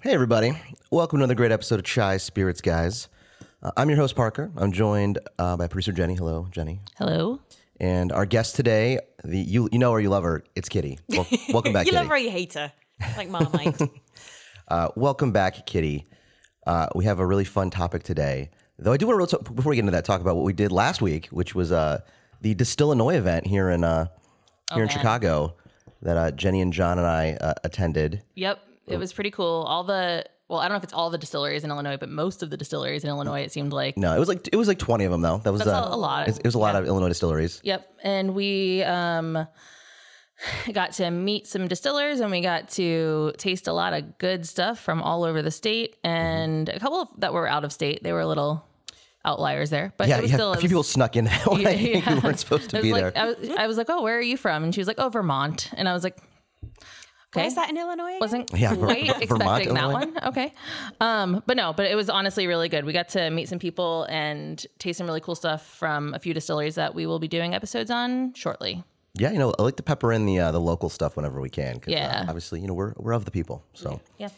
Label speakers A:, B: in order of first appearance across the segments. A: Hey, everybody. Welcome to another great episode of Chai Spirits, guys. Uh, I'm your host, Parker. I'm joined uh, by producer Jenny. Hello, Jenny.
B: Hello.
A: And our guest today, the, you, you know her, you love her. It's Kitty. Wel- welcome back,
B: you
A: Kitty.
B: love her, or you hate her. It's Like Marmite.
A: Uh, welcome back, Kitty. Uh, we have a really fun topic today. Though I do want to, before we get into that, talk about what we did last week, which was uh, the Distill Illinois event here in uh, here in
B: Oh, man.
A: Chicago that uh, Jenny and John and I uh, attended.
B: yep.
A: Oh.
B: It was pretty cool. All the well, I don't know if it's all the distilleries in Illinois, but most of the distilleries in Illinois, it seemed like.
A: No, it was like it was like twenty of them though. That was
B: That's
A: uh,
B: a lot.
A: It, it was a lot of Illinois distilleries.
B: Yep. And we um got to meet some distillers and we got to taste a lot of good stuff from all over the state
A: Mm-hmm.
B: and a couple of, that were out of state. They were a little outliers there, but
A: Yeah,
B: it was
A: yeah
B: still
A: a
B: it
A: few people
B: was-
A: snuck in that one. I think we
B: yeah.
A: weren't supposed
B: it
A: to
B: was
A: be
B: like,
A: there.
B: I was, I was like, "Oh, where are you from?" And she was like, "Oh, Vermont." And I was like,
C: Where is that in Illinois? again?
B: wasn't
A: Yeah, Ver-
B: quite expecting
A: Vermont,
B: that
A: Illinois.
B: one. Okay, um, but no, but it was honestly really good. We got to meet some people and taste some really cool stuff from a few distilleries that we will be doing episodes on shortly.
A: yeah, you know, I like to pepper in the uh, the local stuff whenever we can. 'cause, uh,
B: Yeah.
A: obviously, you know, we're we're of the people, so.
B: Yeah,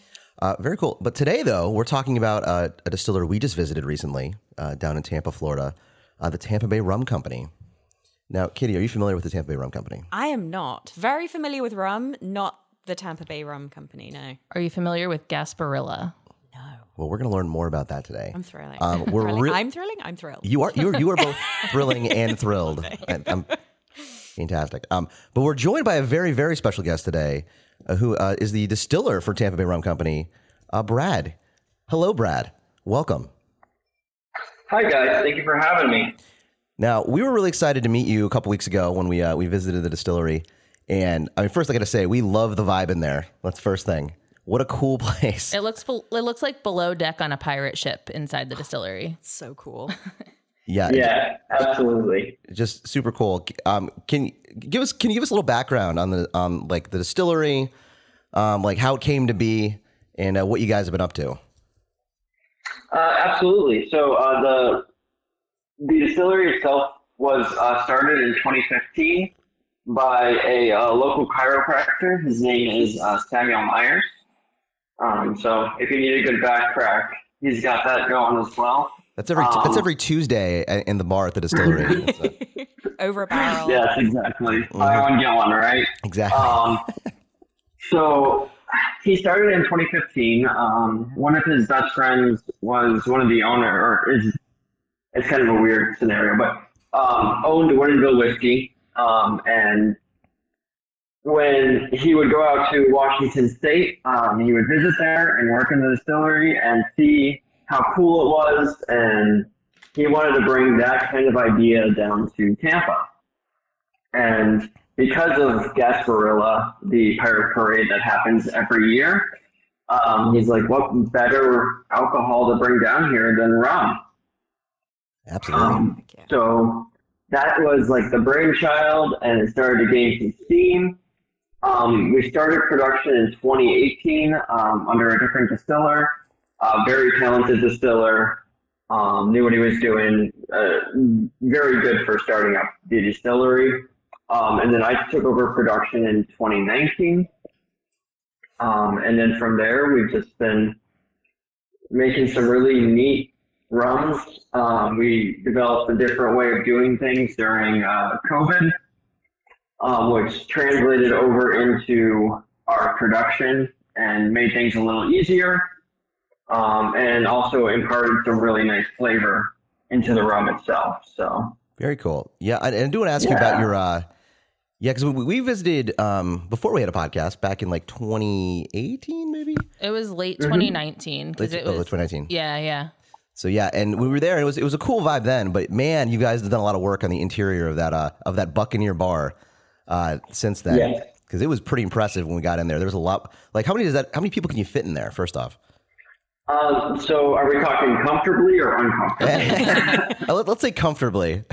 A: Uh, very cool. But today, though, we're talking about uh, a distiller we just visited recently uh, down in Tampa, Florida, uh, the Tampa Bay Rum Company. Now, Kitty, are you familiar with the Tampa Bay Rum Company?
C: I am not very familiar with rum. Not the Tampa Bay Rum Company. No,
B: are you familiar with Gasparilla?
A: Well, we're going to learn more about that today.
C: I'm thrilling.
A: Um, we're
C: Thrilling.
A: real-
C: I'm thrilling. I'm thrilled.
A: You are you are you are both thrilling and thrilled. I, am fantastic. Um, but we're joined by a very very special guest today, uh, who uh, is the distiller for Tampa Bay Rum Company, uh, Brad. Hello, Brad. Welcome.
D: Hi guys, thank you for having me.
A: Now, we were really excited to meet you a couple weeks ago when we uh, we visited the distillery. And I mean, first I got to say, we love the vibe in there. That's first thing. What a cool place.
B: It looks bel it looks like below deck on a pirate ship inside the distillery.
C: so cool.
A: Yeah,
D: Yeah, absolutely.
A: just super cool. Um, can you give us can you give us a little background on the on like the distillery, um, like how it came to be, and uh, what you guys have been up to?
D: Uh, absolutely. So uh, the the distillery itself was uh, started in 2015 by a uh, local chiropractor. His name is uh, Samuel Myers. Um, so if you need a good back crack, he's got that going as well.
A: That's every
D: Um,
A: that's every Tuesday a- in the bar at the distillery. It's, uh,
C: Over a barrel.
D: Yes, exactly. Buy one, get one, right?
A: exactly.
D: Um, so he started in 2015. Um, one of his best friends was one of the owner, or is it's kind of a weird scenario, but um, owned Winterville whiskey, um, and when he would go out to Washington State, um, he would visit there and work in the distillery and see how cool it was, and he wanted to bring that kind of idea down to Tampa. And because of Gasparilla, the pirate parade that happens every year, um, he's like, what better alcohol to bring down here than rum?
A: Absolutely.
D: Um, so that was like the brainchild, and it started to gain some steam. Um, we started production in 2018 um, under a different distiller, a very talented distiller, um, knew what he was doing, uh, very good for starting up the distillery. Um, and then I took over production in 2019. Um, and then from there, we've just been making some really neat rums. Um, we developed a different way of doing things during uh, COVID, um, which translated over into our production and made things a little easier, um, and also imparted some really nice flavor into the rum itself. So,
A: Very cool. Yeah, and, and I do want to ask you
D: Yeah.
A: about your uh, yeah, because we, we visited um before we had a podcast back in like 2018 maybe
B: It was late
D: Mhm.
B: 2019 because
A: Like,
B: it
A: oh,
B: was
A: 2019.
B: yeah yeah
A: So yeah, and we were there. And it was it was a cool vibe then, but man, you guys have done a lot of work on the interior of that uh, of that Buccaneer bar uh, since then.
D: Yeah.
A: Because it was pretty impressive when we got in there. There was a lot. Like how many does that? How many people can you fit in there? First off,
D: um, so are we talking comfortably or uncomfortably?
A: Uh, let- let's say comfortably.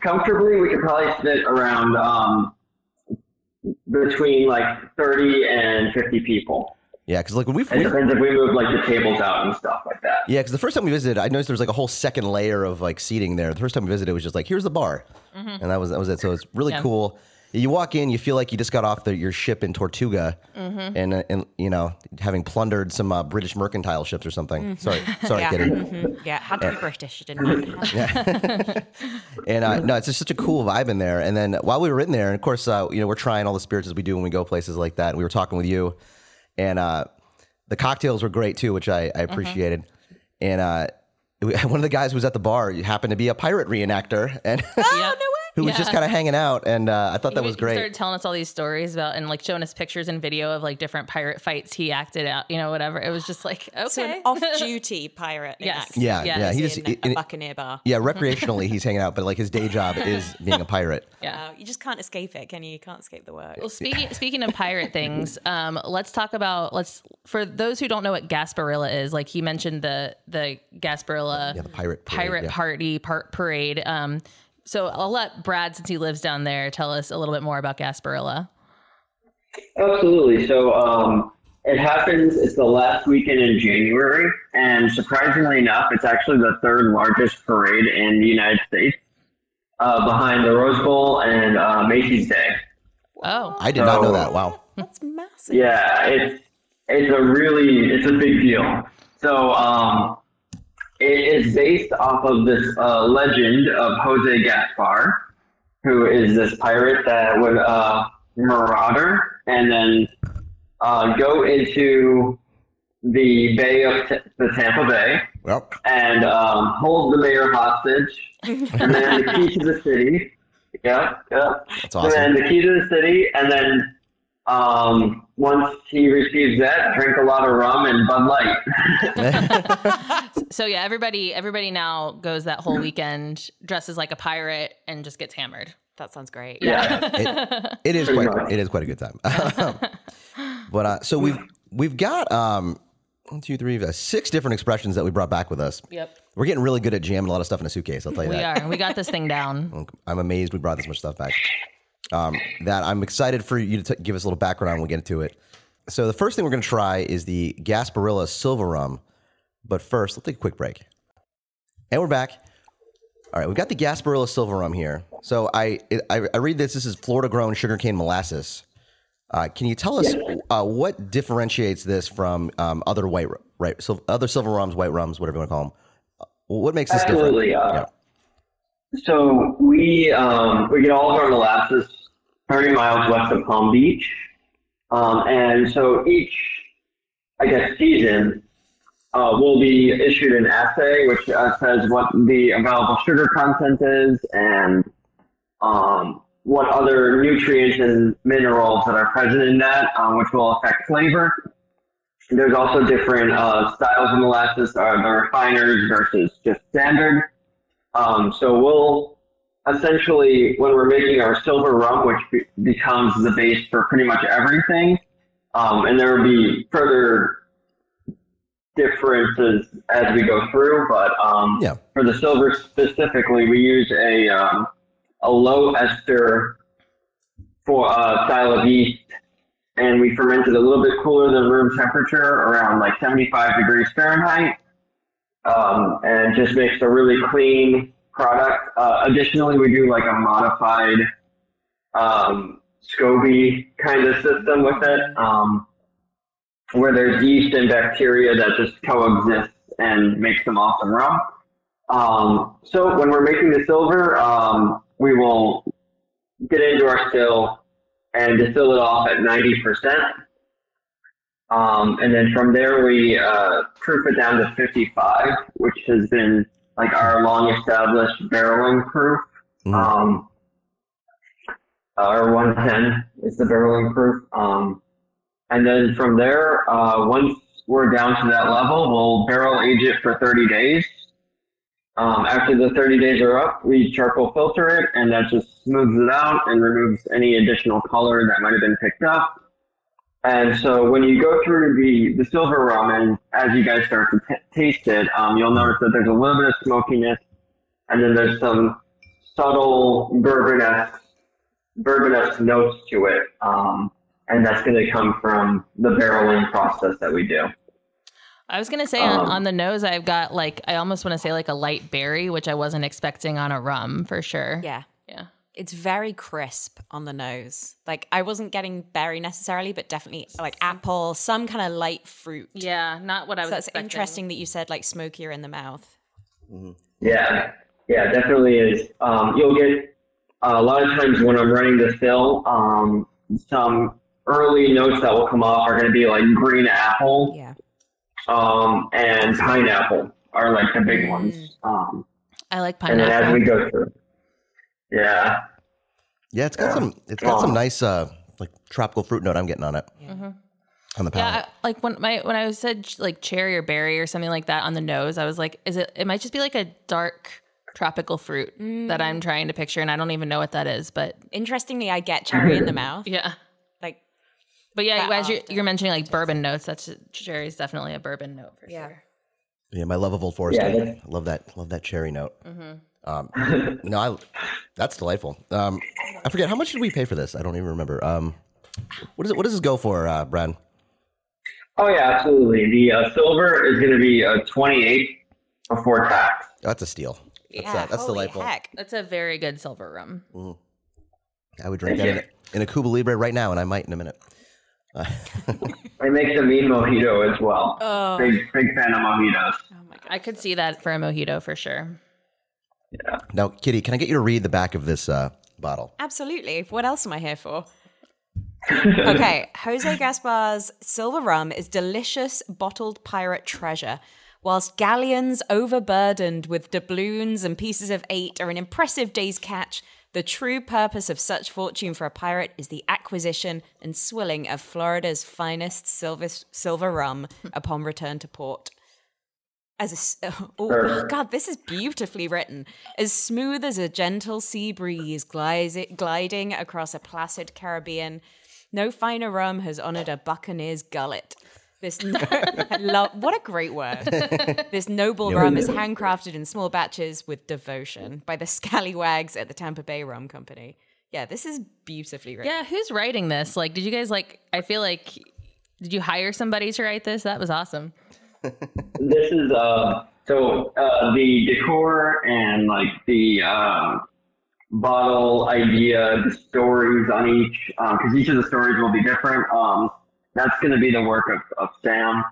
D: comfortably we could probably fit around um, between like 30 and 50 people
A: Yeah, because like when we,
D: it
A: we
D: depends if we move like the tables out and stuff like that
A: yeah, because the first time we visited, I noticed there was like a whole second layer of like seating there. The first time we visited, it was just like here's the bar, and that was that was it. So it's really
B: Yeah.
A: cool. You walk in, you feel like you just got off the, your ship in Tortuga, and uh, and you know having plundered some uh, British mercantile ships or something. Sorry, sorry,
C: Yeah.
A: kidding.
C: Mhm. Yeah, had to be British, didn't it?
A: And uh, no, it's just such a cool vibe in there. And then while we were in there, and of course, uh, you know, we're trying all the spirits as we do when we go places like that. And we were talking with you, and uh, the cocktails were great too, which I,
B: Mm-hmm.
A: I appreciated. And uh, it- one of the guys who was at the bar happened to be a pirate reenactor, and
B: Ah, Yeah.
A: who was just kind of hanging out. And uh, I thought that
B: Oh, He-
A: was
B: He
A: great.
B: started telling us all these stories about and like showing us pictures and video of like different pirate fights he acted out, you know, whatever. It was just like okay,
C: So an off-duty pirate.
B: Yes.
C: enactment
A: Yeah,
B: Yeah,
A: yeah. He
B: he's
A: just
C: in a
A: in-
C: buccaneer bar.
A: yeah, recreationally he's hanging out, but like his day job is being a pirate.
B: yeah.
C: Uh, you just can't escape it, can you? You can't escape the work.
B: Well, speaking speaking of pirate things, um, let's talk about let's for those who don't know what Gasparilla is. Like he mentioned the the Gasparilla
A: Yeah, the pirate parade,
B: pirate
A: yeah.
B: party part parade. Um, so I'll let Brad, since he lives down there, tell us a little bit more about Gasparilla.
D: Absolutely. So um, it happens. It's the last weekend in January, and surprisingly enough, it's actually the third largest parade in the United States, uh, behind the Rose Bowl and uh, Macy's Day.
B: Oh,
A: I did not know
D: Oh.
A: that. Wow.
C: That's massive.
D: Yeah, it's it's a really it's a big deal. So um, it is based off of this uh, legend of Jose Gaspar, who is this pirate that would uh, marauder and then uh, go into the Bay of T- the Tampa Bay
A: Well,
D: and um, hold the mayor hostage, and then the key to the city. Yeah, yeah.
A: that's awesome.
D: And then the key to the city, and then um, once he receives that, drink a lot of rum and Bud Light.
B: so yeah, everybody everybody now goes that whole weekend dresses like a pirate and just gets hammered.
C: That sounds great.
D: Yeah.
A: It is
D: Pretty
A: quite
D: much.
A: it is quite a good time. Um, but uh, so we've we've got um one, two, three, uh, six different expressions that we brought back with us.
B: Yep,
A: We're getting really good at jamming a lot of stuff in a suitcase. I'll tell you
B: we
A: that.
B: are. We got this thing down.
A: I'm amazed we brought this much stuff back. Um, that I'm excited for you to t- give us a little background when we get into it. So the first thing we're going to try is the Gasparilla Silver Rum. But first, let's take a quick break. And we're back. All right, we've got the Gasparilla Silver Rum here. So I it, I, I read this. This is Florida grown sugarcane molasses. Uh, can you tell us uh, what differentiates this from um, other white ru- right sil- other silver rums, white rums, whatever you want to call them? What makes this
D: Absolutely.
A: different?
D: Uh, So we um, we get all of our molasses 30 miles west of Palm Beach, um, and so each I guess season uh, will be issued an assay which uh, says what the available sugar content is and um, what other nutrients and minerals that are present in that, um, which will affect flavor. There's also different uh, styles of molasses, uh, the refiners versus just standard. Um, so we'll essentially, when we're making our silver rum, which be- becomes the base for pretty much everything, um, and there will be further differences as we go through, but um,
A: Yeah.
D: for the silver specifically, we use a um, a low ester for uh, style of yeast, and we ferment it a little bit cooler than room temperature, around like 75 degrees Fahrenheit, um, and just makes a really clean product. Uh, additionally, we do like a modified um, SCOBY kind of system with it, um, where there's yeast and bacteria that just coexist and make some awesome rum. Um, so when we're making the silver, um, we will get into our still and distill it off at 90%. Um, and then from there, we uh, proof it down to 55, which has been like our long established barreling proof.
A: Yeah. Mm.
D: Um, or 110 is the barreling proof. Um, and then from there, uh, once we're down to that level, we'll barrel age it for 30 days. Um, after the 30 days are up, we charcoal filter it, and that just smooths it out and removes any additional color that might have been picked up. And so when you go through the, the silver rum, and as you guys start to t- taste it, um, you'll notice that there's a little bit of smokiness, and then there's some subtle bourbon-esque, bourbon-esque notes to it, um, and that's going to come from the barreling process that we do.
B: I was gonna say on,
D: Um,
B: on the nose, I've got like I almost want to say like a light berry, which I wasn't expecting on a rum for sure.
C: Yeah.
B: yeah.
C: it's very crisp on the nose. Like I wasn't getting berry necessarily, but definitely like apple, some kind of light fruit.
B: Yeah, not what I was.
C: So that's
B: expecting.
C: interesting that you said like smokier in the mouth.
D: Yeah, yeah, definitely is. Um, you'll get a lot of times when I'm running the fill, um, some early notes that will come up are going to be like green apple
C: Yeah.
D: um, and pineapple are like the big ones.
C: Mm.
D: Um,
B: I like
D: and then as
B: pineapple.
D: we go through, yeah,
A: Yeah, it's got
D: Yeah.
A: some. It's got some
D: Oh.
A: nice, uh, like tropical fruit note. I'm getting on it
B: Mhm.
A: on the palate.
B: Yeah, I, like when my when I said ch- like cherry or berry or something like that on the nose, I was like, is it? It might just be like a dark tropical fruit that
C: Mm.
B: I'm trying to picture, and I don't even know what that is. But
C: Interestingly, I get cherry in the mouth.
B: yeah,
C: Like
B: but yeah,
C: That
B: as you're,
C: often.
B: you're mentioning like bourbon notes, that's cherry is definitely a bourbon note for
C: Yeah.
B: sure.
A: Yeah, my love of Old Forester.
D: Yeah, that-
A: I love that. Love that cherry note.
B: Mhm.
A: Um, no, I, that's delightful. Um, I forget how much did we pay for this? I don't even remember. Um, what is it? What does this go for, uh, Brad?
D: oh yeah, absolutely. The uh, silver is going to be a 28 before tax.
A: That's a steal. That's, uh,
C: yeah,
A: that's
C: holy
A: delightful.
C: Heck.
B: That's a very good silver rum.
C: Oh
A: I would drink that in a, in a Cuba Libre right now, and I might in a minute.
D: I make the mean mojito as well.
C: Oh.
D: Big big fan of mojitos.
C: Oh my god.
B: I could see that for a mojito for sure.
A: Now, Kitty, can I get you to read the back of this uh, bottle?
C: Absolutely. What else am I here for? okay, Jose Gaspar's Silver Rum is delicious bottled pirate treasure. Whilst galleons overburdened with doubloons and pieces of eight are an impressive day's catch, the true purpose of such fortune for a pirate is the acquisition and swilling of Florida's finest silver, silver rum upon return to port. As a, s- oh God, this is beautifully written. As smooth as a gentle sea breeze glides gliding across a placid Caribbean, no finer rum has honored a buccaneer's gullet. This no- I love, what a great word. This noble rum is handcrafted in small batches with devotion by the scallywags at the Tampa Bay Rum Company. Yeah, this is beautifully written.
B: Yeah, who's writing this? Like, did you guys like? I feel like, did you hire somebody to write this? That was awesome.
D: This is uh so uh the decor and like the uh bottle idea, the stories on each um 'cause because each of the stories will be different. Um that's gonna be the work of, of Sam.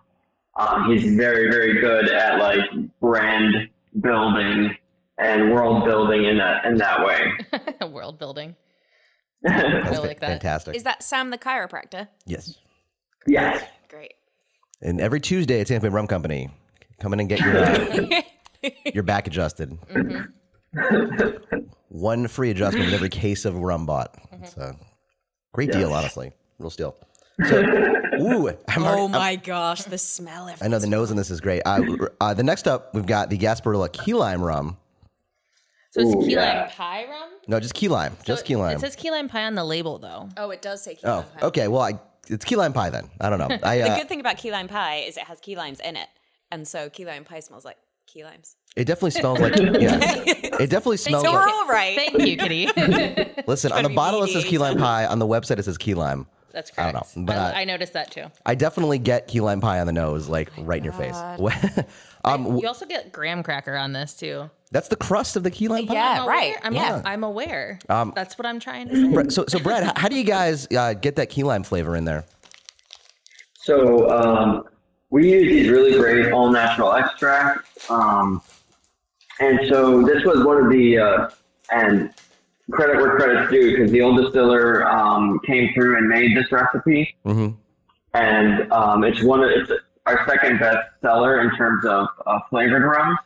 D: Um he's very, very good at like brand building and world building in that in that way.
B: World building.
A: That's
B: I like that.
A: Fantastic.
C: Is that Sam the chiropractor?
A: yes.
D: Yes.
C: Great.
A: And every Tuesday at Tampa Bay Rum Company, come in and get your uh, your back adjusted.
C: Mm-hmm.
A: One free adjustment with every case of rum bought.
C: Mm-hmm.
A: It's a great deal, honestly. Real steal. So, ooh, I'm already,
C: Oh my gosh, the smell of
A: I know the nose on this is great. Uh, uh, the next up, we've got the Gasparilla Key Lime Rum.
B: So it's
D: Ooh,
B: key
D: yeah.
B: lime pie rum.
A: No, just key lime. Just key lime.
B: It says key lime pie on the label though.
C: Oh, it does say key
A: oh, okay. Well, I, it's key lime pie then. I don't know. I
C: The
A: uh,
C: good thing about key lime pie is it has key limes in it, and so key lime pie smells like key limes.
A: it definitely smells like yeah. It definitely smells
C: So
A: like
C: we're all right.
B: Thank you, Kitty.
A: Listen, on the bottle it says key lime pie. On the website it says key lime.
B: That's correct.
A: I don't know, but,
B: I,
A: uh,
B: I noticed that too.
A: I definitely get key lime pie on the nose, like
C: Oh
A: right in your face. um, w-
B: You also get graham cracker on this too.
A: that's the crust of the key lime pie.
C: Yeah,
B: I'm aware.
C: right.
B: I'm,
C: yeah.
B: I'm aware.
A: Um,
B: That's what I'm trying to say.
A: Bre- So, so Brad, h- how do you guys uh, get that key lime flavor in there?
D: So um, we use these really great all natural extracts, um, and so this was one of the uh, and credit where credit's due because the old distiller um, came through and made this recipe,
A: Mm-hmm.
D: and um, it's one of it's our second best seller in terms of uh, flavored rums.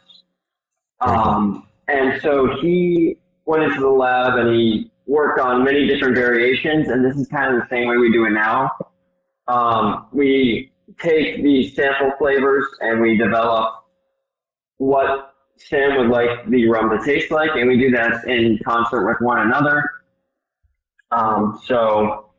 D: Um, and so he went into the lab and he worked on many different variations, and this is kind of the same way we do it now. Um, we take the sample flavors and we develop what Sam would like the rum to taste like, and we do that in concert with one another. Um, so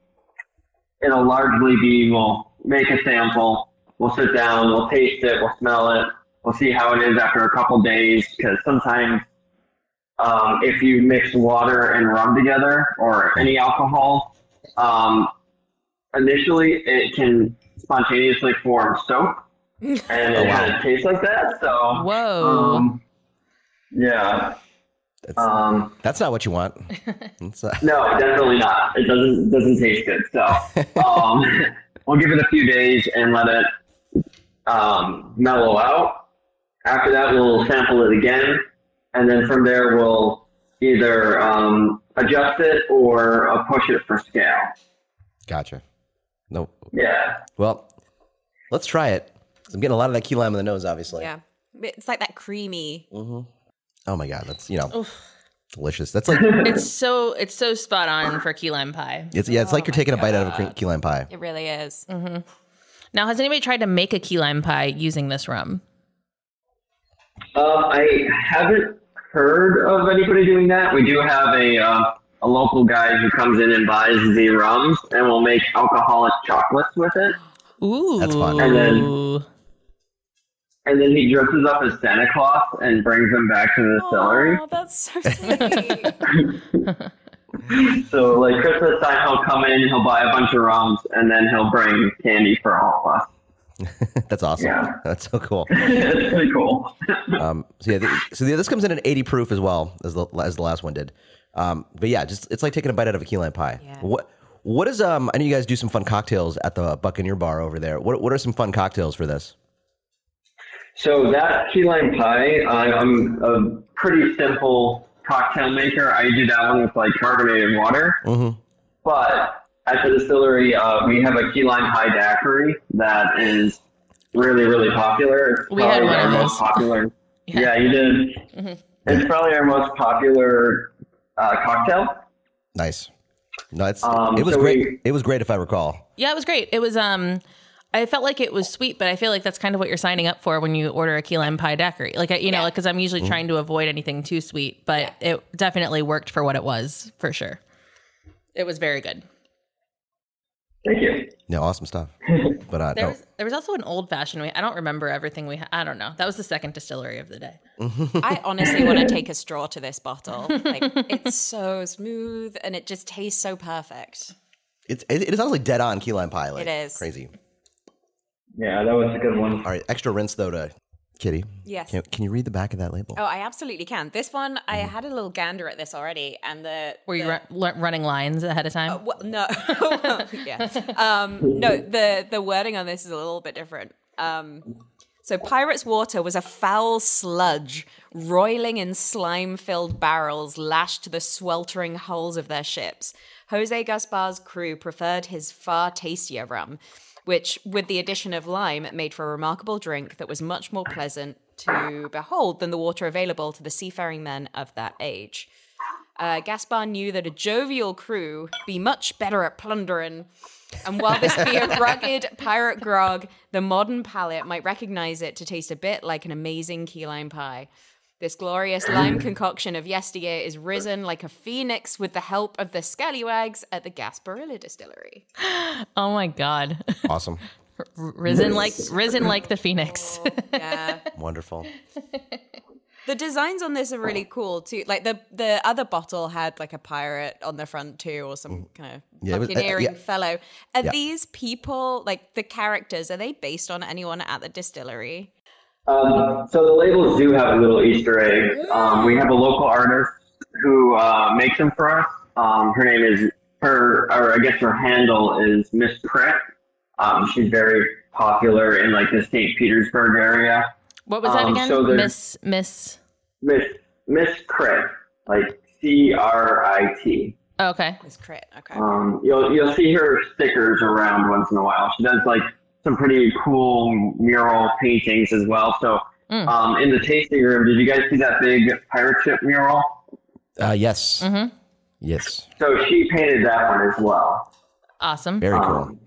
D: it'll largely be we'll make a sample, we'll sit down, we'll taste it, we'll smell it, we'll see how it is after a couple days because sometimes um, if you mix water and rum together or any alcohol, um, initially it can spontaneously form soap and it
A: wow.
D: kind of tastes like that. So,
B: Whoa.
D: um, yeah. Um,
A: That's not what you want. It's, uh,
D: No, definitely not. It doesn't doesn't taste good. So um, we'll give it a few days and let it um, mellow out. After that, we'll sample it again, and then from there we'll either um, adjust it or uh, push it for scale.
A: gotcha. No.
D: Yeah.
A: Well, let's try it. I'm getting a lot of that key lime in the nose, obviously.
C: Yeah. It's like that creamy.
A: Oh my god, that's you know delicious. That's like
B: It's so it's so spot on for key lime pie.
A: it's yeah, it's like
C: Oh
A: you're taking a bite out of a cre- key lime pie.
C: It really is.
B: Now, has anybody tried to make a key lime pie using this rum?
D: Um, I haven't heard of anybody doing that. We do have a uh, a local guy who comes in and buys the rums, and will make alcoholic chocolates with it.
B: Ooh,
A: That's fun.
D: And And then he dresses up as Santa Claus and brings them back to the distillery.
C: Oh, that's so sweet.
D: So, like Christmas time, he'll come in, he'll buy a bunch of rums, and then he'll bring candy for all of us.
A: that's awesome.
D: Yeah.
A: That's so cool.
D: it's pretty cool.
A: Um, so yeah, the, so the, this comes in at 80 proof as well as the as the last one did. Um, but yeah, just it's like taking a bite out of a key lime pie.
C: Yeah.
A: What what is um? I know you guys do some fun cocktails at the Buccaneer Bar over there. What what are some fun cocktails for this?
D: So that key lime pie, I, I'm a pretty simple cocktail maker. I do that one with like carbonated water.
A: Mhm.
D: But at the distillery, uh, we have a key lime pie daiquiri that is really, really popular. It's
B: We had
D: probably
B: one
D: our
B: of
D: most
B: those.
D: popular.
B: Yeah. Mm-hmm.
D: yeah. you did. It's probably our most popular uh, cocktail.
A: Nice. No, it's
D: Um,
A: it was
D: so
A: great.
D: we-
A: it was great if I recall.
B: Yeah, it was great. It was um I felt like it was sweet, but I feel like that's kind of what you're signing up for when you order a key lime pie daiquiri. Like I- you know,
C: Yeah.
B: like cuz I'm
D: Mm-hmm.
B: usually trying to avoid anything too sweet, but it definitely worked for what it was, for sure. It was very good.
D: Thank you.
A: No, awesome stuff. But uh,
D: Oh.
B: There
A: no,
B: was there was also an old fashioned we I don't remember everything we ha- I don't know. That was the second distillery of the day.
C: I honestly want to take a straw to this bottle. Like it's so smooth and it just tastes so perfect.
A: it's it, it sounds like dead on key lime pie. Like,
C: It is.
A: crazy.
D: Yeah, that was a good one.
A: All right, extra rinse though to Kitty.
C: Yes.
A: Can, can you read the back of that label?
C: Oh, I absolutely can. This one, I had a little gander at this already, and the
B: Were you
C: the-
B: run, lear- running lines ahead of time?
C: Well, no, yeah, um, no. The the wording on this is a little bit different. Um, so, pirates' water was a foul sludge roiling in slime-filled barrels lashed to the sweltering hulls of their ships. Jose Gaspar's crew preferred his far tastier rum, which, with the addition of lime, made for a remarkable drink that was much more pleasant to behold than the water available to the seafaring men of that age. Uh, Gaspar knew that a jovial crew be much better at plundering. And while this be a rugged pirate grog, the modern palate might recognize it to taste a bit like an amazing key lime pie. This glorious lime concoction of yesteryear is risen like a phoenix with the help of the scallywags at the Gasparilla Distillery.
B: oh my god.
A: Awesome,
B: risen like risen like the phoenix.
C: Yeah.
A: wonderful.
C: The designs on this are really cool too. Like the the other bottle had like a pirate on the front too, or some kind of
A: Yeah, it was- uh,
C: buccaneering
A: yeah.
C: fellow. Are
A: Yeah.
C: these people like the characters? Are they based on anyone at the distillery?
D: Um, so the labels do have a little Easter egg. Um, we have a local artist who uh, makes them for us. Um, her name is her, or I guess her handle is Miss Prick. Um, she's very popular in like the St. Petersburg area.
B: What was that
D: Um,
B: again?
D: so there's-
B: Miss Miss
D: Miss Miss Crick, like C R I T.
B: oh, Okay.
C: Is crit okay?
D: Um, you'll you'll see her stickers around once in a while. She does like some pretty cool mural paintings as well. So
B: Mm.
D: um, in the tasting room, did you guys see that big pirate ship mural?
A: Uh, yes,
B: Mhm.
C: Mm-hmm.
A: yes,
D: So she painted that one as well.
B: Awesome.
A: very cool.
D: Um,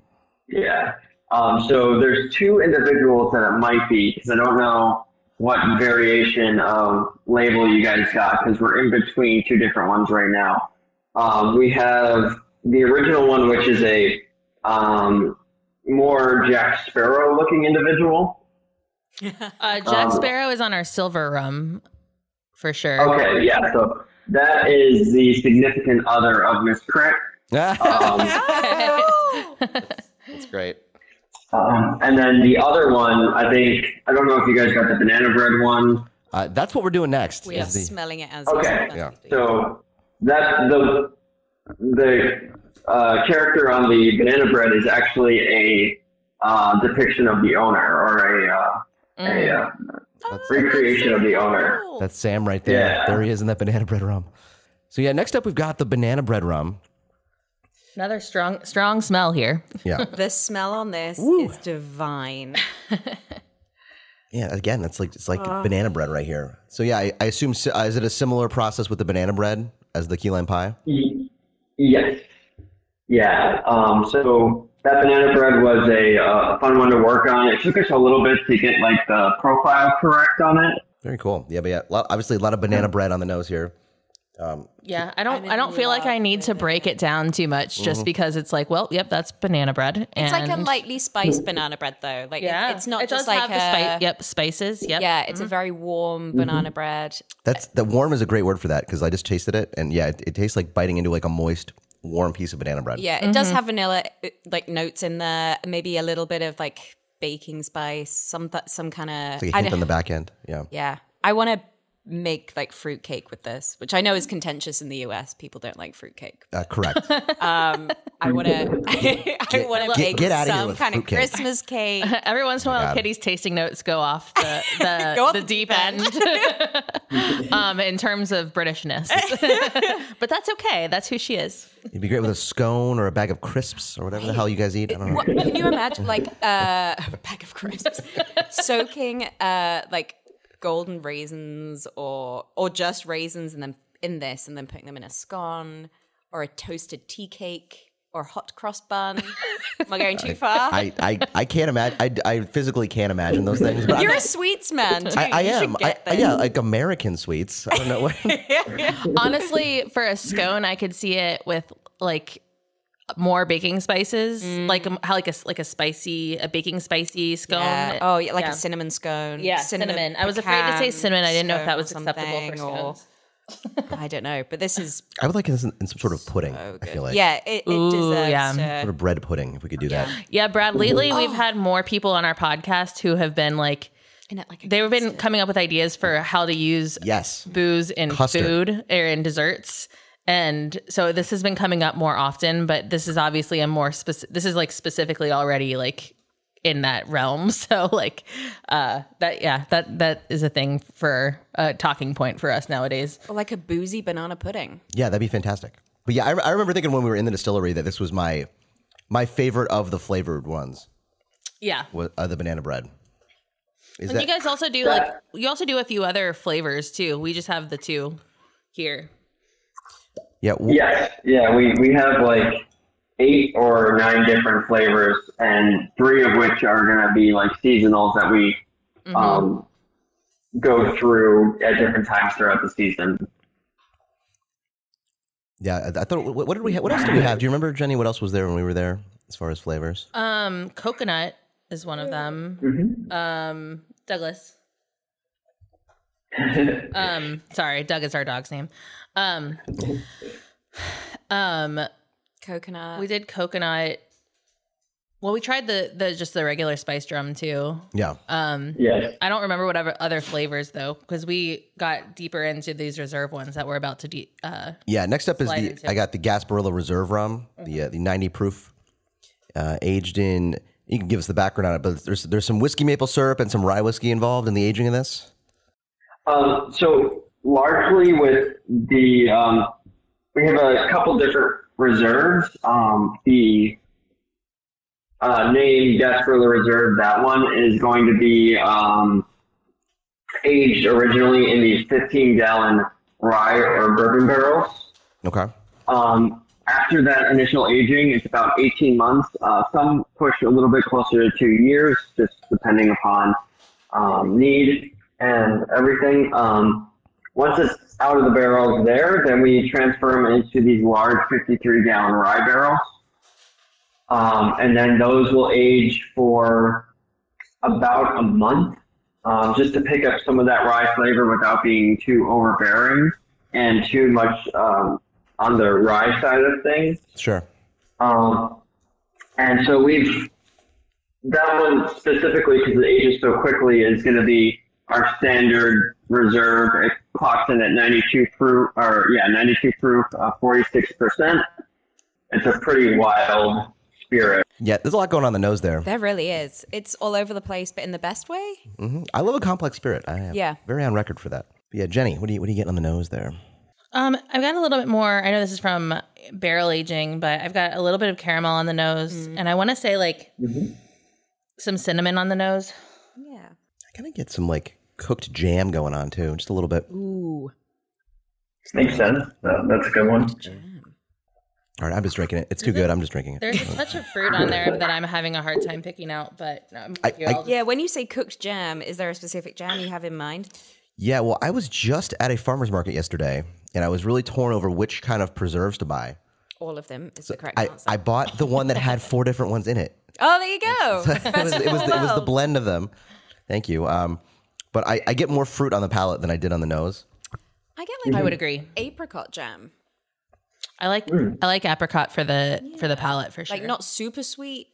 D: Yeah. Um, so there's two individuals that it might be because I don't know what variation of label you guys got because we're in between two different ones right now. Um, we have the original one, which is a um, more Jack Sparrow looking individual.
B: Uh, Jack
D: Um,
B: Sparrow is on our silver rum for sure.
D: Okay, yeah. So that is the significant other of Miss Crick.
C: Oh.
D: Um,
A: That's great.
D: um, and then the other one, I think, I don't know if you guys got the banana bread one.
A: Uh, that's what we're doing next.
C: We are
A: is the-
C: smelling it as
D: Okay.
C: as
A: Yeah.
C: we do.
D: So that the the uh, character on the banana bread is actually a uh, depiction of the owner or a, uh,
B: Mm.
D: a uh,
A: That's-
D: recreation of the owner.
C: Cool.
A: That's Sam right there.
D: Yeah.
A: There he is in that banana bread rum. So yeah, next up we've got the banana bread rum.
B: Another strong, strong smell here.
A: Yeah,
C: the smell on this
A: Woo.
C: is divine.
A: yeah. Again, that's like it's like banana bread right here. So yeah, I, I assume si- uh, is it a similar process with the banana bread as the key lime pie?
D: Y- Yes. Yeah. Um, so that banana bread was a uh, fun one to work on. It took us a little bit to get like the profile correct on it.
A: Very cool. Yeah, but yeah, lot, obviously a lot of
C: Mm.
A: banana bread on the nose here.
B: Yeah, I
C: I'm
B: don't.
C: in
B: I, don't feel like
C: love
B: I need to break it down too much, just
D: Mm-hmm.
B: because it's like, well, yep, that's banana bread.
C: It's like a
B: and-
C: lightly spiced banana bread, though. Like it-
B: Yeah,
C: it's not
B: it
C: just
B: does
C: like
B: have
C: a
B: the Mm-hmm. spi- yep spices. Yep.
C: yeah. It's a very warm
A: Mm-hmm.
C: banana bread.
A: That's that warm is a great word for that because I just tasted it and yeah, it, it tastes like biting into like a moist, warm piece of banana bread.
C: Yeah, it does have vanilla uh, like notes in there. Maybe a little bit of like baking spice, some th- some kind of.
A: It's like a hint on the back end. Yeah.
C: yeah, I want to make like fruit cake with this, which I know is contentious in the US. People don't like fruit cake.
A: Uh, correct.
C: Um, I want to. I want to
A: get-
C: make
A: get outta here
C: some
A: with
C: kind of
A: fruit cake.
C: Christmas cake.
B: Every once in a while,
A: God.
B: Kitty's tasting notes go off the the,
C: Go off
B: the
C: the
B: deep
C: deep
B: end. um, in terms of Britishness, but that's okay. That's who she is.
A: It'd be great with a scone or a bag of crisps or whatever the hell you guys eat. I don't know.
C: What, can you imagine like uh, a bag of crisps soaking uh, like golden raisins or or just raisins and then in this and then putting them in a scone or a toasted tea cake or a hot cross bun? Am I going too far?
A: I, I, I can't imagine. I, I physically can't imagine those things. But
C: You're
A: I'm,
C: a sweets man. Too.
A: I, I
C: You should
A: am. I,
C: get
A: I- yeah,
C: this.
A: like American sweets. I don't know what.
B: Honestly, for a scone, I could see it with like more baking spices,
C: Mm.
B: like um, how like a s- like a spicy a baking spicy scone.
C: Yeah. Oh, yeah, like
B: yeah.
C: a cinnamon scone.
B: Yeah, cinnamon. I was afraid to say
C: pecan
B: cinnamon. I didn't know if that was
C: scone or
B: acceptable for
C: something, or-
B: scones.
C: I don't know, but this is
A: I would like this in, in some sort of pudding. I feel like.
C: yeah, it, it
B: Ooh,
C: deserves
B: yeah.
C: to-
A: Sort of bread pudding, if we could do that.
B: Yeah, Brad. Lately,
C: Oh.
B: we've had more people on our podcast who have been like
C: in it like a
B: they've been coming up with ideas for how to use
A: Yes.
B: booze in
A: Custard.
B: food or in desserts. And so this has been coming up more often, but this is obviously a more specific, this is like specifically already like in that realm. So like, uh, that, yeah, that, that is a thing for a talking point for us nowadays.
C: Or like a boozy banana pudding.
A: Yeah, that'd be fantastic. But yeah, I, I remember thinking when we were in the distillery that this was my my favorite of the flavored ones,
B: Yeah.
A: was, uh, the banana bread. Is
B: And
A: that
B: you guys also do like, you also do a few other flavors too. We just have the two here.
A: yeah? w-
D: Yes. Yeah. We we have like eight or nine different flavors, and three of which are gonna be like seasonals that we um, go through at different times throughout the season.
A: Yeah, I I thought. What, what did we? Ha- what else did we have? Do you remember, Jenny? What else was there when we were there, as far as flavors?
B: Um, coconut is one of them. Um, Douglas. um, sorry, Doug is our dog's name. Um, um,
C: Coconut.
B: we did coconut. Well, we tried the the just the regular spice drum too. Um,
A: Yeah,
D: Yes.
B: I don't remember whatever other flavors though, because we got deeper into these reserve ones that we're about to. De- uh,
A: yeah. Next up is
B: slide
A: the.
B: into- Mm-hmm.
A: I got the Gasparilla Reserve Rum, the uh, the ninety proof, uh, aged in. You can give us the background on it, but there's there's some whiskey maple syrup and some rye whiskey involved in the aging of this.
D: Um, so largely with the um, we have a couple different reserves. Um, the uh, name Gasparilla Reserve, that one is going to be um, aged originally in these 15 gallon rye or bourbon barrels.
A: Okay.
D: Um, after that initial aging, it's about 18 months. Uh, some push a little bit closer to two years, just depending upon um, need and everything. Um, once it's out of the barrels there, then we transfer them into these large 53 gallon rye barrels. Um, and then those will age for about a month um, just to pick up some of that rye flavor without being too overbearing and too much um, on the rye side of things.
A: Sure.
D: Um, and so we've that one specifically because it ages so quickly is going to be our standard reserve. It clocks in at 92 proof, or yeah, 92 proof, uh, 46%. It's a pretty wild spirit.
A: Yeah, there's a lot going on the nose there.
C: There really is. It's all over the place, but in the best way.
A: hmm I love a complex spirit. I am
C: Yeah.
A: very on record for that. But yeah, Jenny, what are you what are you getting on the nose there?
B: Um, I've got a little bit more. I know this is from barrel aging, but I've got a little bit of caramel on the nose, and I want to say like some cinnamon on the nose.
C: Yeah.
A: I kind of get some like cooked jam going on too, just a little bit.
C: Ooh.
E: Makes sense. Uh, that's a good one.
A: All right, I'm just drinking it. It's too good. I'm just drinking it.
B: There's a touch of fruit on there that I'm having a hard time picking out, but um,
A: I-
B: you're
A: I-
B: all just-
C: Yeah, when you say cooked jam, is there a specific jam you have in mind?
A: Yeah, well, I was just at a farmer's market yesterday, and I was really torn over which kind of preserves to buy.
C: All of them is the correct
A: I,
C: answer.
A: I bought the one that had four different ones in it.
C: oh, there you go.
A: it was, it was, it was the blend of them. Thank you. Um, but I, I get more fruit on the palate than I did on the nose.
C: I get like
B: I would agree.
C: apricot jam.
B: I like I like apricot for the for the palate for sure.
C: Like not super sweet.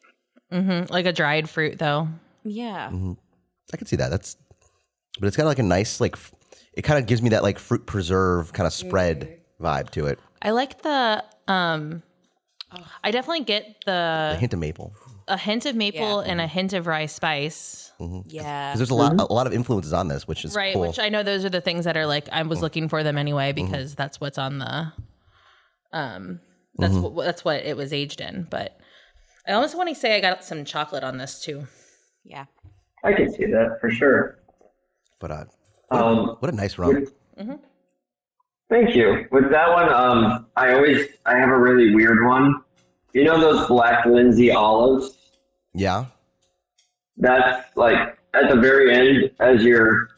B: Mm, like a dried fruit though.
C: Yeah.
A: I can see that. That's, but it's got like a nice like, f- it kind of gives me that like fruit preserve kind of spread vibe to it.
B: I like the um. I definitely get
A: A
B: the
A: hint of maple.
B: a hint of maple and a hint of rye spice.
C: Yeah.
A: 'Cause there's a lot, a lot of influences on this, which is
B: right
A: cool. Mm-hmm.
B: which i know those are the things that are like i was looking for them anyway because that's what's on the um that's
A: Mm-hmm.
B: what that's what it was aged in but i almost want to say i got some chocolate on this too
C: Yeah.
E: I can see that for sure.
A: but uh,
D: Um,
A: what a nice rum.
D: Thank you. With that one, um, I always I have a really weird one. You know those black Lindsay olives?
A: Yeah.
D: That's like at the very end, as your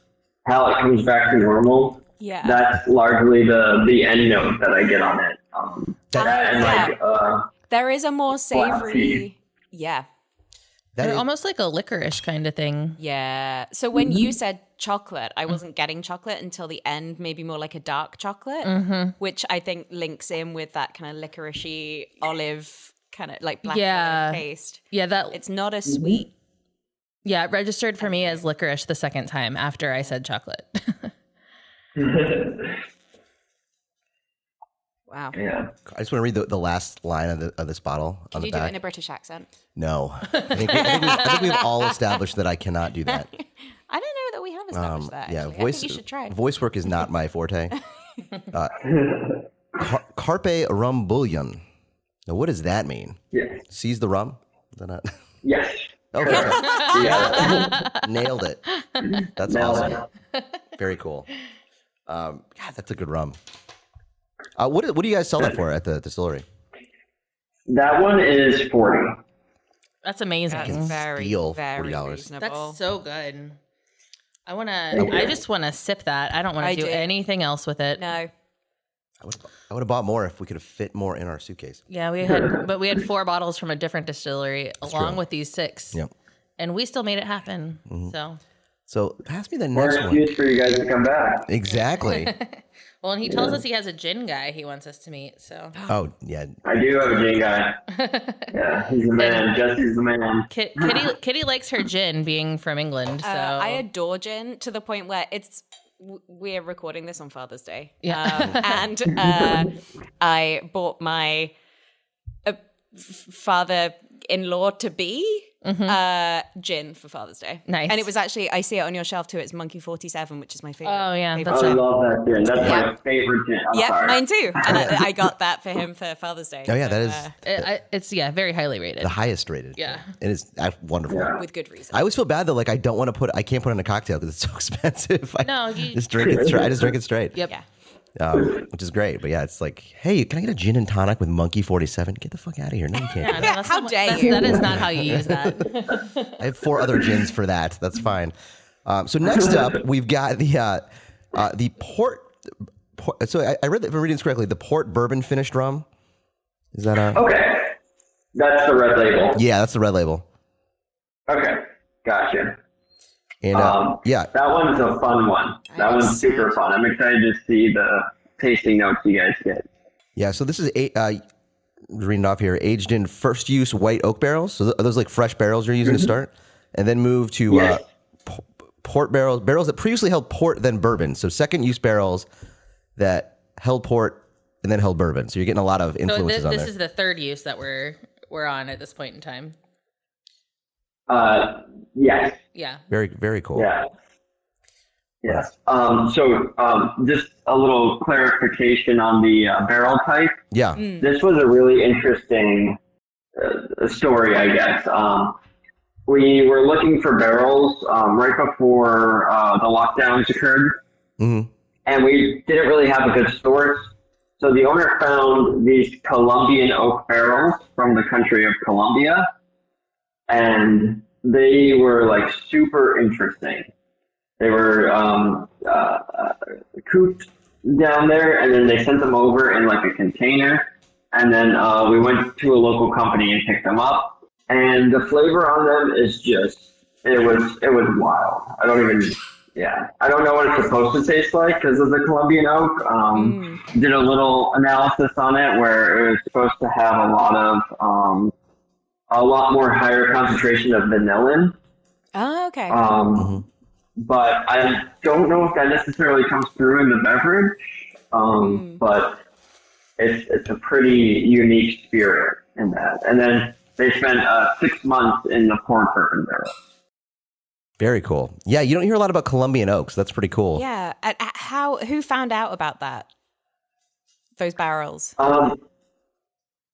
D: palate comes back to normal.
C: Yeah.
D: That's largely the the end note that I get on it. Um,
A: That-
D: that and like uh,
C: there is a more savory.
D: tea.
C: Yeah.
A: That
B: They're
A: is-
B: almost like a licorice kind of thing
C: Yeah. So when you
B: Mm-hmm.
C: said chocolate,
B: Mm.
C: I wasn't getting chocolate until the end, maybe more like a dark chocolate,
B: Mm-hmm.
C: which I think links in with that kind of licoricey olive kind of like black
B: Yeah. Mm-hmm.
C: olive taste.
B: yeah that
C: It's not as sweet.
B: yeah it registered for me as licorice the second time after i said chocolate
C: Wow. Can
D: yeah.
A: I just want to read the, the last line of, the, of this bottle on the
C: you do it
A: back.
C: in a British accent?
A: no, I think, we, I, think we, I think we've all established that I cannot do that.
C: I don't know that we have established that.
A: Um, yeah,
C: actually. I
A: voice
C: think you should try.
A: voice work is not my forte. Uh, car- carpe rum bouillon. Now, what does that mean?
D: Yes.
A: Seize the rum. Is that not-
D: Yes.
A: Okay,
D: Yeah.
A: nailed it. That's
D: Nailed
A: awesome.
D: it.
A: Very cool. Um, God, that's a good rum. Uh, what do- what do you guys sell that for at the distillery?
D: That one is forty.
B: that's amazing
C: That's very,
A: steal
C: very
A: $40.
C: reasonable.
B: That's so good i want to i just want to sip that i don't want
C: I
B: to do,
C: do.
B: anything else with it
C: no.
A: I would I would have bought more if we could have fit more in our suitcase.
B: Yeah, we had, but we had four bottles from a different distillery along with these six.
A: Yep. Mm-hmm.
B: And we still made it happen. So,
A: So pass me the
D: More
A: next one.
D: excuse for you guys to come back.
A: Exactly.
B: well, and he tells us he has a gin guy he wants us to meet. So,
A: oh yeah.
D: I do have a gin guy. Yeah, he's the man. Jesse's the man.
B: Ki- Kitty, Kitty likes her gin being from England. So,
C: Uh, I adore gin to the point where it's w- we're recording this on Father's Day.
B: Yeah.
C: Um, and uh, I bought my uh, father in law to be uh, gin for Father's Day.
B: Mm-hmm. Nice.
C: And it was actually, I see it on your shelf too. It's Monkey 47, which is my favorite.
B: oh yeah,
C: Favorite.
B: that's
D: I
B: a,
D: love that gin. That's
C: Yeah.
D: my favorite gin. I'm
C: yeah,
D: sorry.
C: mine too. And I, I got that for him for Father's Day.
A: Oh yeah. That
C: So,
A: is
C: uh,
B: it, I, it's yeah, very highly rated.
A: the highest rated.
B: Yeah.
A: It is uh, wonderful.
D: Yeah.
C: with good reason.
A: I always feel bad though, like I don't want to put, I can't put it in a cocktail because it's so expensive. I
B: No, you-
A: just drink it straight. I just drink it straight.
B: Yep.
C: yeah.
A: Um, which is great, but yeah, it's like, hey, can I get a gin and tonic with Monkey Forty Seven? Get the fuck out of here! No, you
B: Yeah, no,
A: can't.
B: that's
C: how
B: not-
C: dare
B: that's-
C: you.
B: That is not how you use that.
A: I have four other gins for that. That's fine. Um, so next up, we've got the uh, uh, the port. port so I, I read that if I'm reading this correctly, the port bourbon finished rum. Is that a?
D: Okay, that's the red label.
A: Yeah, that's the red label.
D: Okay, gotcha.
A: And uh,
D: Um,
A: yeah,
D: That one's a fun one. That one's super fun. I'm excited to see the tasting notes you guys get.
A: yeah. So this is a, uh, reading off here, aged in first use white oak barrels. So th- are those like fresh barrels you're using to start, and then move to
D: Yes.
A: uh, po- port barrels, barrels that previously held port then bourbon. So second use barrels that held port and then held bourbon. So you're getting a lot of
B: So
A: influences
B: this, this
A: on
B: is
A: there.
B: the third use that we're we're on at this point in time.
D: Uh, yes,
B: Yeah.
A: Very very cool.
D: yeah.
E: Yes.
D: Um, so um, just a little clarification on the uh, barrel type.
A: Yeah.
D: This was a really interesting uh, story, I guess. Um, we were looking for barrels um, right before uh, the lockdowns occurred,
A: hmm
D: and we didn't really have a good source. So the owner found these Colombian oak barrels from the country of Colombia, and they were like super interesting. They were um, uh, uh, cooped down there, and then they sent them over in like a container. And then uh, we went to a local company and picked them up. And the flavor on them is just it was it was wild. I don't even yeah. I don't know what it's supposed to taste like because of the Colombian oak. Um, Did a little analysis on it where it was supposed to have a lot of um, a lot more higher concentration of vanillin.
C: Oh, okay.
D: Um, But I don't know if that necessarily comes through in the beverage. Um, But it's it's a pretty unique spirit in that. And then they spent uh, six months in the corn bourbon barrel.
A: Very cool. Yeah, you don't hear a lot about Colombian oaks. That's pretty cool.
C: yeah. And uh, how? Who found out about that? Those barrels.
D: Um,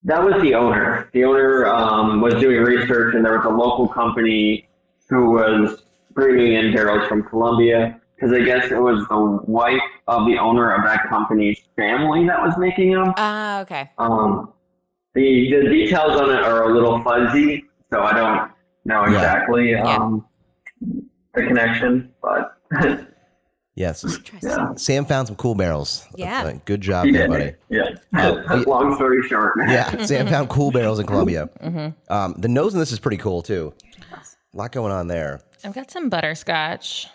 D: that was the owner. The owner um, was doing research, and there was a local company who was bringing in barrels from Colombia because I guess it was the wife of the owner of that company's family that was making them.
C: Ah, okay.
D: Um, the the details on it are a little fuzzy, so I don't know
A: Yeah.
D: exactly
C: Yeah.
D: um, the connection, but
A: Yes.
C: Interesting.
A: Sam found some cool barrels. That's,
C: Yeah.
A: uh, Good job,
E: He
A: there,
E: did.
A: buddy.
E: it. Yeah.
A: Uh,
D: long story short,
A: Yeah, Sam found cool barrels in Colombia.
B: Mhm.
A: Um, the nose in this is pretty cool too. A lot going on there.
B: I've got some butterscotch.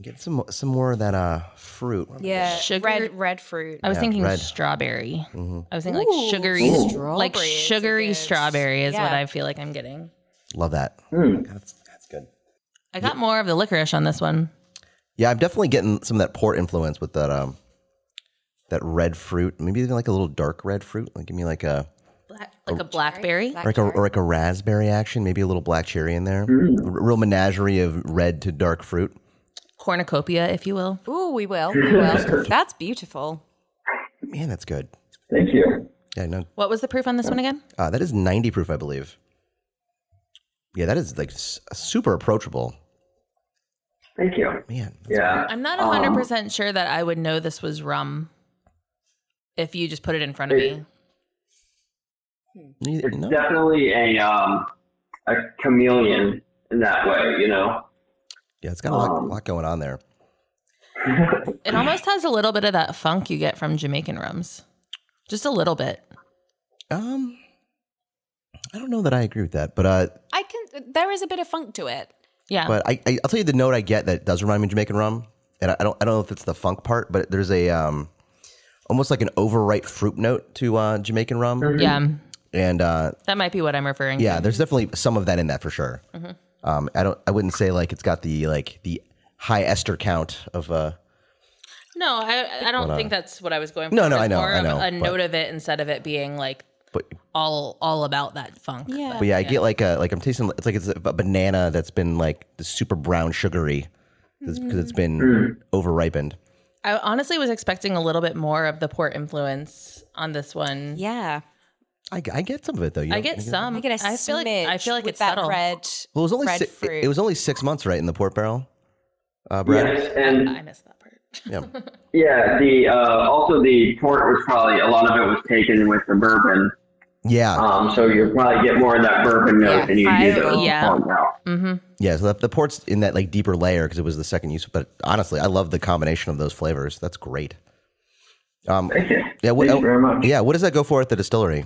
A: Get some some more of that uh fruit. What am I
C: Yeah.
B: Sugar-
C: Red red fruit.
B: I was
A: Yeah,
B: thinking
A: red.
B: strawberry.
A: Mhm.
B: I was thinking
C: Ooh,
B: like sugary,
C: Ooh.
B: like
C: strawberry is a
B: sugary
C: good-
B: strawberry is what
C: yeah.
B: I feel like I'm getting.
A: Love that.
E: Hmm.
A: That's, that's good.
B: I got more of the licorice on this one.
A: Yeah, I'm definitely getting some of that port influence with that um that red fruit. Maybe even like a little dark red fruit. Like give me like a
B: Black, like a blackberry.
A: like a or like a raspberry action. Maybe a little black cherry in there. R- real menagerie of red to dark fruit.
B: cornucopia, if you will.
C: Ooh, we will. We will. That's beautiful.
A: Man, that's good.
E: Thank you.
A: Yeah, no,
B: What was the proof on this one again?
A: uh, that is 90 proof, I believe. Yeah, that is like s- super approachable.
D: thank you.
A: Man,
E: Yeah.
B: I'm not 100% sure that I would know this was rum if you just put it in front of me.
A: you-
D: It's
A: no.
D: definitely a um, a chameleon in that way, you know.
A: yeah, it's got a lot,
D: um,
A: lot going on there.
B: It almost has a little bit of that funk you get from Jamaican rums. Just a little bit.
A: Um, I don't know that I agree with that, but uh,
C: I can. There is a bit of funk to it.
B: Yeah.
A: but I, I I'll tell you the note I get that does remind me of Jamaican rum, and I, I don't I don't know if it's the funk part, but there's a um, almost like an overripe fruit note to uh, Jamaican rum,
B: yeah.
A: and uh,
B: That might be what I'm referring
A: yeah,
B: to.
A: there's definitely some of that in that for sure. Um, I don't I wouldn't say like it's got the like the high ester count of uh
B: No, I, I don't think that's what I was going for.
A: No, no,
B: It was
A: I know,
B: More
A: I
B: of
A: know,
B: a
A: but-
B: note of it instead of it being like
A: but
B: all all about that funk.
C: Yeah.
A: But yeah, I get like a like I'm tasting it's like it's a banana that's been like the super brown sugary because it's been
E: Hmm.
A: overripened.
B: I honestly was expecting a little bit more of the port influence on this one.
C: Yeah.
A: I, I get some of it though. You don't-
B: I get
A: you
B: some.
C: I get a
B: feel like
C: smidge
B: I feel like
C: with
B: it's
C: that
B: subtle.
C: red.
A: Well, it was only
C: red
A: si- it-
C: fruit.
A: It, was only six months, right, in the port barrel, uh, Brad.
D: Yes, and
B: I missed that part.
A: Yeah.
D: Yeah, the uh, also the port was probably a lot of it was taken with the bourbon,
A: Yeah,
E: Uh.
D: um, so you'll probably get more of that bourbon note
C: Yeah,
D: than you do the
C: fiery.
B: Yeah.
D: palm now.
C: Mm-hmm.
A: yeah. So the, the port's in that like deeper layer because it was the second use. But honestly, I love the combination of those flavors. That's great. Um,
E: Thank you.
A: yeah, what,
E: Thank you very much.
A: yeah. What does that go for at the distillery?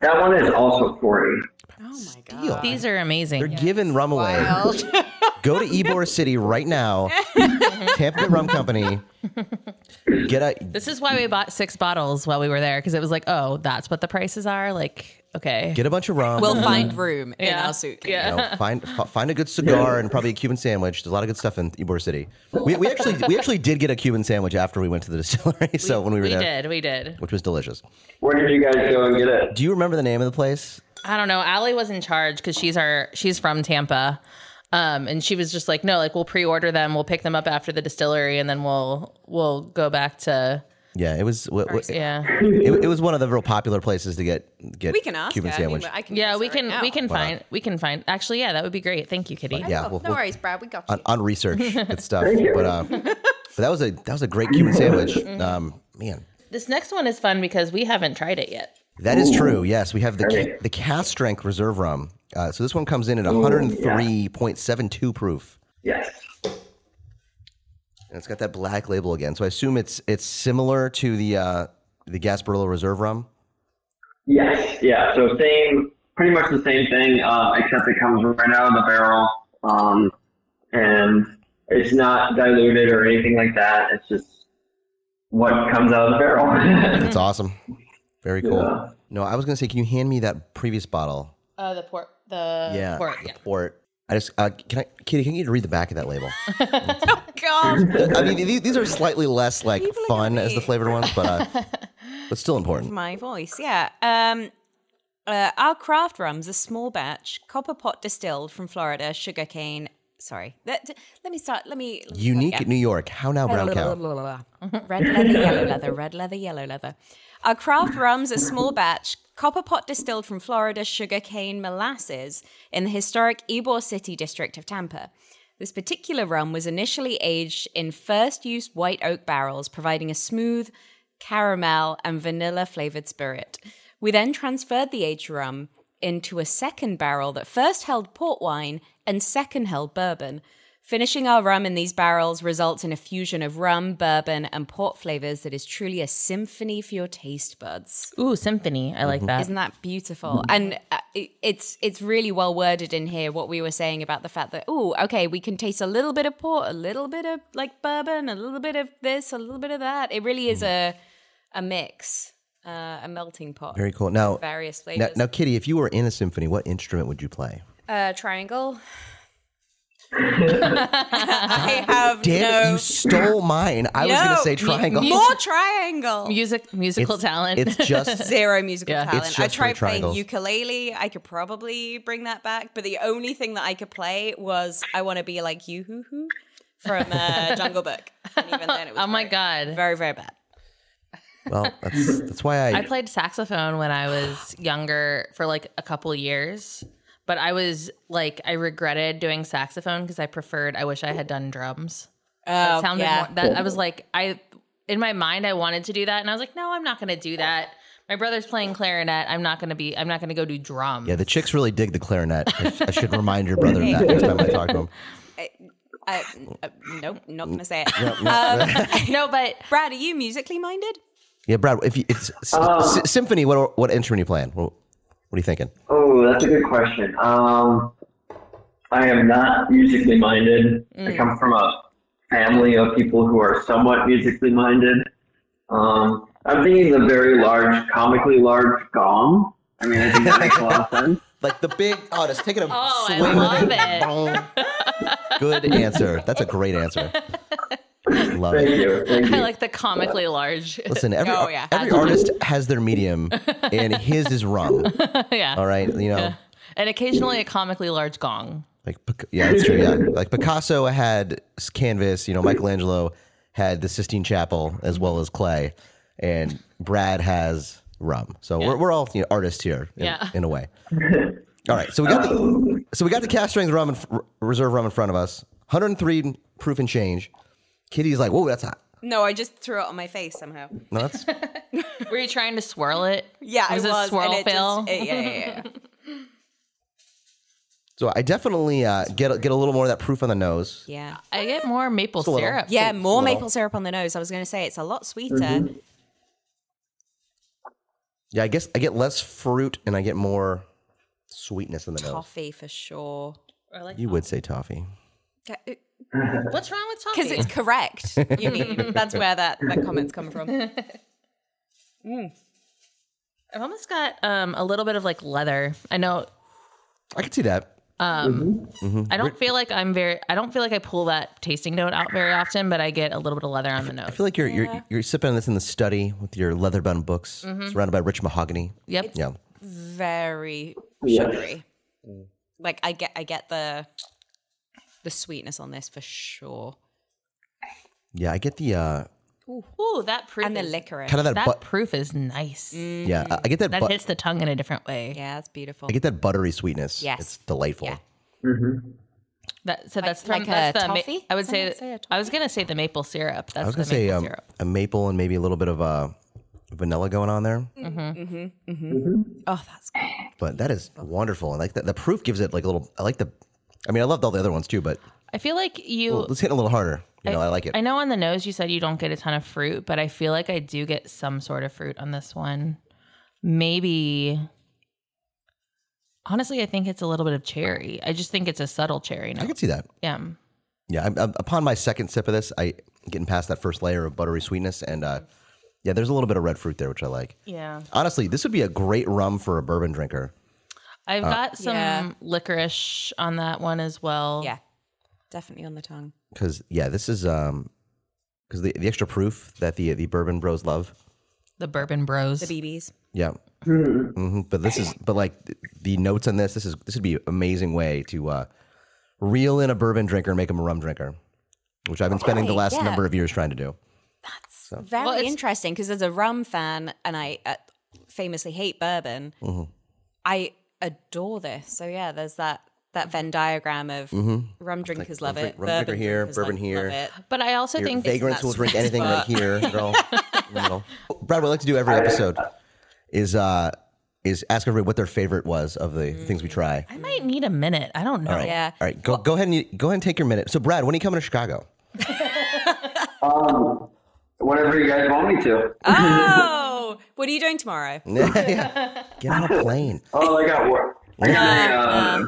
D: That one is also forty.
C: Oh my god.
A: Deal.
B: These are amazing.
A: They're giving rum away.
C: Wild.
A: Go to Ybor City right now Tampa Bay Rum Company. Get a
B: This is why we bought six bottles while we were there because it was like, oh, that's what the prices are. Like, okay.
A: get a bunch of rum.
C: We'll find room in
B: Yeah.
C: our suitcase.
B: Yeah.
A: you know, find f- find a good cigar and probably a Cuban sandwich. There's a lot of good stuff in Ybor City. We, we actually we actually did get a Cuban sandwich after we went to the distillery. So when we were
B: We
A: there,
B: did. We did.
A: which was delicious.
D: Where did you guys go and get it?
A: Do you remember the name of the place?
B: I don't know. Allie was in charge because she's our she's from Tampa. Um, and she was just like, no, like we'll pre-order them, we'll pick them up after the distillery, and then we'll we'll go back to
A: Yeah, it was. What, what, it,
B: yeah,
A: it was one of the real popular places to get get
C: We can ask.
A: Cuban
C: her.
A: sandwich.
C: I mean, I can
B: yeah.
C: ask
B: We
C: her right
B: can
C: now.
B: we can
A: Why not?
B: find we can find actually yeah that would be great. Thank you, Kitty.
A: yeah,
F: Oh,
A: we'll-
F: no
A: we'll-
F: worries, Brad. We got you.
A: on, on research, good stuff.
D: Thank you. Mm-hmm.
A: But uh, but that was a that was a great Cuban sandwich. Um, man,
B: This next one is fun because we haven't tried it yet.
A: That is true. Yes, we have the ca- the cast strength reserve rum. Uh, so this one comes in at 103.72 proof,
D: Yes.
A: and it's got that black label again. So I assume it's it's similar to the uh, the Gasparilla Reserve rum.
D: Yes. Yeah. So same, pretty much the same thing, uh, except it comes right out of the barrel, um, and it's not diluted or anything like that. It's just what comes out of the barrel.
A: That's awesome. Very cool.
D: Mm-hmm. Yeah.
A: No, I was gonna say, can you hand me that previous bottle?
B: Uh, the port the
A: yeah,
B: port yeah.
A: the port. I just uh, can I, Kitty, can you read the back of that label?
C: Oh, God,
A: I mean, these, these are slightly less like
C: People are gonna
A: fun as the
C: be-
A: flavored ones, but uh, but still important.
C: my voice. Yeah. Um, uh, our craft rum's a small batch, copper pot distilled from Florida, sugarcane. Sorry. That, let me start. Let me. let me start
A: Unique
C: again.
A: New York. How now, brown cow?
C: Red leather, yellow leather, red leather, yellow leather. Our craft rum's a small batch, copper pot distilled from Florida sugarcane molasses in the historic Ybor City district of Tampa. This particular rum was initially aged in first use white oak barrels, providing a smooth caramel and vanilla flavored spirit. We then transferred the aged rum into a second barrel that first held port wine and second held bourbon. Finishing our rum in these barrels results in a fusion of rum, bourbon, and port flavors that is truly a symphony for your taste buds.
B: Ooh, symphony. I
A: Mm-hmm.
B: like that.
C: Isn't that beautiful?
A: Mm.
C: And uh, it- it's it's really well worded in here. What we were saying about the fact that oh, okay, we can taste a little bit of port, a little bit of like bourbon, a little bit of this, a little bit of that. It really is a a mix, uh, a melting pot,
A: Mm. Very cool. Now,
C: various
A: Now,
C: flavors.
A: now, Kitty, if you were in a symphony, what instrument would you play?
C: Uh, triangle. I have
A: Damn
C: no.
A: it, you stole mine. I was going
C: No,
A: to say triangle.
C: More triangle.
B: Music musical talent.
A: It's just
C: Zero musical talent.
A: It's
C: I
A: just
C: tried
A: three
C: playing
A: triangles.
C: ukulele. I could probably bring that back, but the only thing that I could play was "I Want to Be Like You" hoo hoo from uh, Jungle Book. And even then, it was
B: oh my
C: very-
B: god.
C: very very bad.
A: well. That's that's why I.
B: I played saxophone when I was younger for like a couple years, but I was like, I regretted doing saxophone because I preferred. I wish I had done drums.
C: Oh,
B: It sounded
C: yeah.
B: more, that I was like, I in my mind I wanted to do that, and I was like, no, I'm not going to do that. My brother's playing clarinet. I'm not going to be. I'm not going to go do drums.
A: yeah, the chicks really dig the clarinet. I, sh- I should remind your brother of that next time I talk to him.
C: I, uh, nope, not gonna say it. Um,
B: no, but
C: Brad, are you musically minded?
A: Yeah, Brad, if you, it's s- s- symphony, what what instrument are you playing? What, what are you thinking?
D: Oh, that's a good question. Um, I am not musically minded.
B: Mm.
D: I come from a family of people who are somewhat musically minded. Um, I'm thinking the very large, comically large gong. I mean, I think that makes a lot of sense.
A: Like the big. Oh, just taking a
B: Oh, I
A: swing.
B: love
A: it. Good answer. That's a great answer. Love
D: Thank
A: it.
D: you. Thank
B: I
D: you.
B: like the comically large.
A: Listen, every,
C: Oh, yeah.
A: every artist has their medium, and his is rum.
B: yeah,
A: All right, you know.
B: and occasionally a comically large gong.
A: Like Pic- yeah, that's true. Yeah, like Picasso had s- canvas. You know, Michelangelo had the Sistine Chapel as well as clay, and Brad has rum. So we're we're all you know, artists here, in,
B: Yeah.
A: in a way. All right, so we got the so we got the cast strength rum and reserve rum in front of us. 103 proof and change. Kitty's like, whoa, that's hot.
C: No, I just threw it on my face somehow.
A: No, that's
B: Were you trying to swirl it?
C: Yeah,
B: was
C: I
B: it
C: was.
B: swirl
C: and it
B: fail?
C: Just, it- yeah, yeah, yeah.
A: so. I definitely uh, get a- get a little more of that proof on the nose.
C: yeah.
B: I get more maple
A: little.
B: syrup.
C: Yeah, more
A: little.
C: maple syrup on the nose. I was going to say it's a lot sweeter.
A: Yeah, I guess I get less fruit and I get more sweetness in the nose.
C: Toffee for sure.
B: Or like
A: You would say toffee.
C: Ca-
B: What's wrong with toffee?
C: Because it's correct. You need, that's where that, that comment's coming from.
B: I've almost got um, a little bit of like leather. I know
A: I can see that.
B: I don't feel like I'm very. I don't feel like I pull that tasting note out very often, but I get a little bit of leather on the
A: I
B: nose.
A: feel like you're you're, you're sipping on this in the study with your leather bound books,
B: Mm-hmm.
A: surrounded by rich mahogany.
B: Yep.
A: Yeah,
C: Very sugary. Like I get I get the the sweetness on this for sure.
A: yeah. I get the uh,
B: Ooh, that proof.
C: And the
B: is-
C: licorice.
A: kind of that,
B: That
A: but
B: proof is nice.
A: yeah. I- I get that.
B: That
A: but-
B: hits the tongue in a different way.
C: yeah, that's beautiful.
A: I get that buttery sweetness.
C: Yes.
A: it's delightful.
C: Yeah.
D: Mm-hmm.
B: That, so that's from
C: like a
B: that's the ma-
C: toffee?
B: I would say.
C: Someone say a
B: I was gonna say the maple syrup. That's
A: I was
B: the
A: gonna say
B: maple
A: um,
B: syrup.
A: a maple and maybe a little bit of uh, vanilla going on there,
B: Mm-hmm.
C: Mm. Mm-hmm,
D: Mm.
C: Oh, that's good.
A: but that is wonderful. And like that, the proof gives it like a little. I like the. I mean, I loved all the other ones too, but
B: I feel like you.
A: let's hit it a little harder. You know, I, like it.
B: I know on the nose you said you don't get a ton of fruit, but I feel like I do get some sort of fruit on this one. Maybe. Honestly, I think it's a little bit of cherry. I just think it's a subtle cherry.
A: I
B: note.
A: can see that.
B: Yeah.
A: Yeah. I'm, I'm- upon my second sip of this, I getting past that first layer of buttery sweetness, and uh, yeah, there's a little bit of red fruit there, which I like.
B: Yeah.
A: Honestly, this would be a great rum for a bourbon drinker. Uh,
B: I've got some
C: Yeah.
B: licorice on that one as well.
C: Yeah. Definitely on the tongue.
A: Because yeah, this is um, because the, the extra proof that the the bourbon bros love.
B: The bourbon bros.
C: The BBs.
A: Yeah.
D: Mm-hmm.
A: hmm But this is, but like th- the notes on this, this is this would be an amazing way to uh, reel in a bourbon drinker and make him a rum drinker, which I've been spending the
C: Right,
A: last
C: yeah.
A: number of years trying to do.
C: Very
B: it's-
C: interesting because as a rum fan, and I uh, famously hate bourbon,
A: Mm-hmm.
C: I adore this. So yeah, there's that that Venn diagram of rum drinkers love
A: drink-
C: it,
A: Mm-hmm. rum drinker here,
C: drinkers,
A: bourbon here.
C: love it.
B: but I also
A: Your
B: think
A: vagrants
C: that
A: will drink
C: sweet
A: anything right
C: spot.
A: here, girl. In the middle. Oh, Brad, what I like to do every episode is uh is ask everybody what their favorite was of the
B: Mm.
A: things we try.
B: I might need a minute. I don't know.
C: Yeah.
A: All right, go go ahead and you- go ahead and take your minute. So, Brad, when are you coming to Chicago?
E: Um, whatever you guys want me to.
C: Oh, what are you doing tomorrow?
A: Yeah. Get on a plane.
E: Oh, I got work. I got a uh,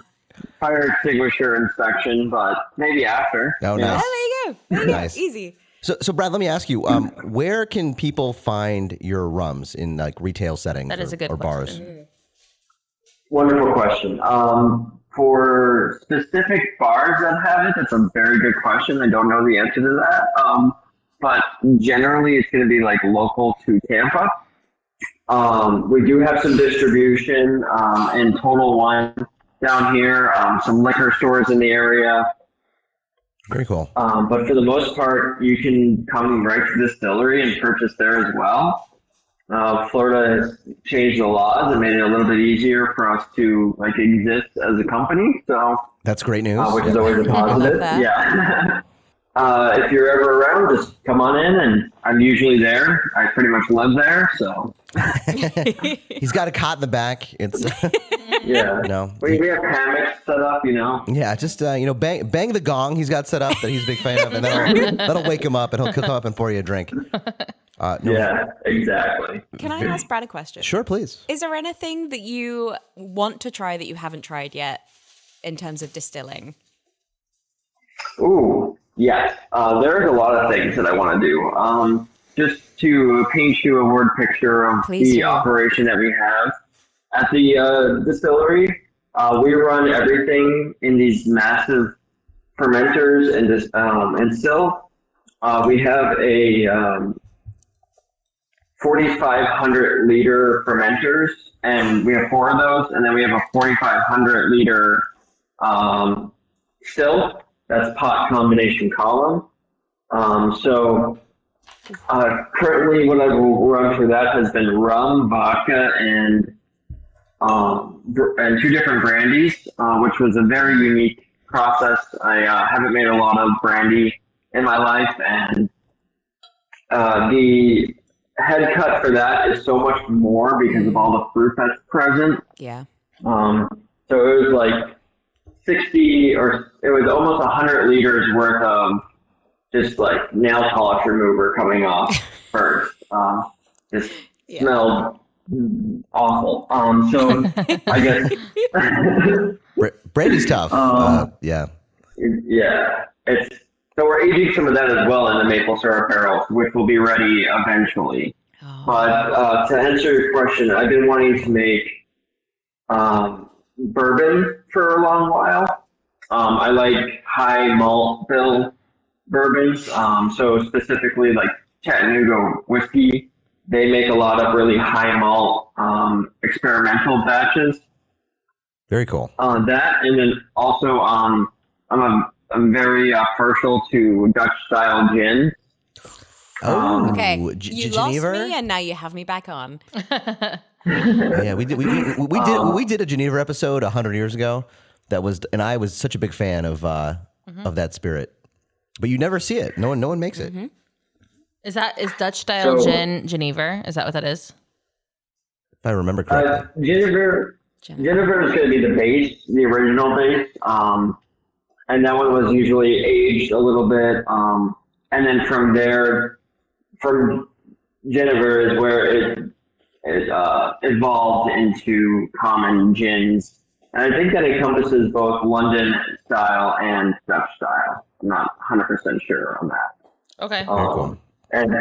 E: fire extinguisher inspection, but maybe after.
A: Oh,
E: Yeah.
A: nice.
C: Oh, there you go. There you go.
A: Nice.
C: Easy.
A: So, so Brad, let me ask you, um, where can people find your rums in like retail settings
B: That is
A: or,
B: a good
A: or bars?
B: question.
E: Wonderful question.
D: Um, for specific bars that have it, that's a very good question. I don't know the answer to that. Um, but generally, it's going to be like local to Tampa. Um, we do have some distribution um, in Total One down here, um, some liquor stores in the area.
A: Very cool.
D: Um, but for the most part, you can come right to the distillery and purchase there as well. Uh, Florida has changed the laws and made it a little bit easier for us to like exist as a company. So,
A: That's great news.
D: uh, which
A: Yeah.
D: is always a positive.
C: that.
D: Yeah. uh, if you're ever around, just come on in, and I'm usually there. I pretty much live there, so
A: He's got a cot in the back. It's
D: yeah.
A: you know,
D: We, we have hammocks set up, you know.
A: yeah, just uh, you know, bang bang the gong he's got set up that he's a big fan of, and that'll, that'll wake him up, and he'll, he'll come up and pour you a drink. Uh, no-
D: Yeah, exactly.
C: Can I ask Brad a question?
A: sure, please.
C: Is there anything that you want to try that you haven't tried yet in terms of distilling?
D: Ooh, yes. Uh, there's a lot of things that I want to do. Um, just to paint you a word picture of
C: Please
D: the
C: do.
D: operation that we have at the uh, distillery, uh, we run everything in these massive fermenters and just um, and still uh, we have a um, 4,500 liter fermenters, and we have four of those, and then we have a 4,500 liter um, still. That's pot combination column. Um, so uh, currently, what I've run for that has been rum, vodka, and um, br- and two different brandies, uh, which was a very unique process. I uh, haven't made a lot of brandy in my life, and uh, the head cut for that is so much more because of all the fruit that's present.
C: Yeah.
D: Um, so it was like 60 or it was almost 100 liters worth of um, just like nail polish remover coming off first. Um, just
C: Yeah.
D: smelled awful. Um, so I guess, Oh.
A: Bra- Brady's tough. uh, yeah,
D: yeah. it's so we're aging some of that as well in the maple syrup barrels, which will be ready eventually. But uh, to answer your question, I've been wanting to make um, bourbon for a long while. Um, I like high malt bill bourbons, um, so specifically like Chattanooga whiskey. They make a lot of really high malt um, experimental batches
A: Very cool.
D: on that, and then also um, I'm a, I'm very uh, partial to Dutch style gin.
A: Oh,
C: Okay,
A: G-
C: you
A: Geneva?
C: lost me, and now you have me back on.
A: yeah, we did. We, we, we did. we did a Geneva episode hundred years ago. That was, and I was such a big fan of uh,
C: Mm-hmm.
A: of that spirit. But you never see it. No one. No one makes it.
B: Is that is Dutch style
D: So-
B: gin Geneva? Is that what that is?
A: If I remember correctly.
D: Uh, Jennifer, Jennifer is going to be the base, the original base, um, and that one was usually aged a little bit, um, and then from there, from Jennifer is where it it uh, evolved into common gins, and I think that encompasses both London style and Dutch style. I'm not 100 percent sure on that.
B: Okay.
A: Very
D: Um,
A: cool.
D: and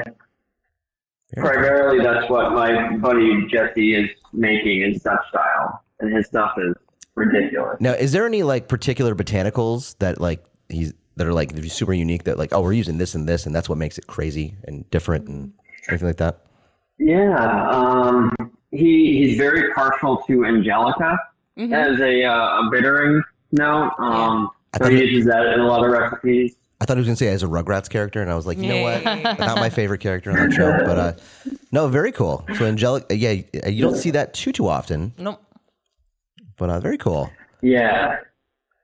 D: primarily that's what my buddy Jesse is making is Dutch style, and his stuff is ridiculous.
A: Now, is there any like particular botanicals that like he's that are like super unique that like oh we're using this and this and that's what makes it crazy and different and anything like that?
D: Yeah, um, he he's very partial to Angelica
A: Mm-hmm.
D: as a, uh, a bittering note, um,
A: I
D: so
A: thought
D: he
A: it-
D: uses that in a lot of recipes.
A: I thought he was gonna say as a Rugrats character, and I was like, you know what?
C: Yeah.
A: Not my favorite character on that show, but uh, no, very cool. So Angelica, yeah, uh, you don't see that too too often,
B: Nope.
A: but uh, very cool.
D: Yeah,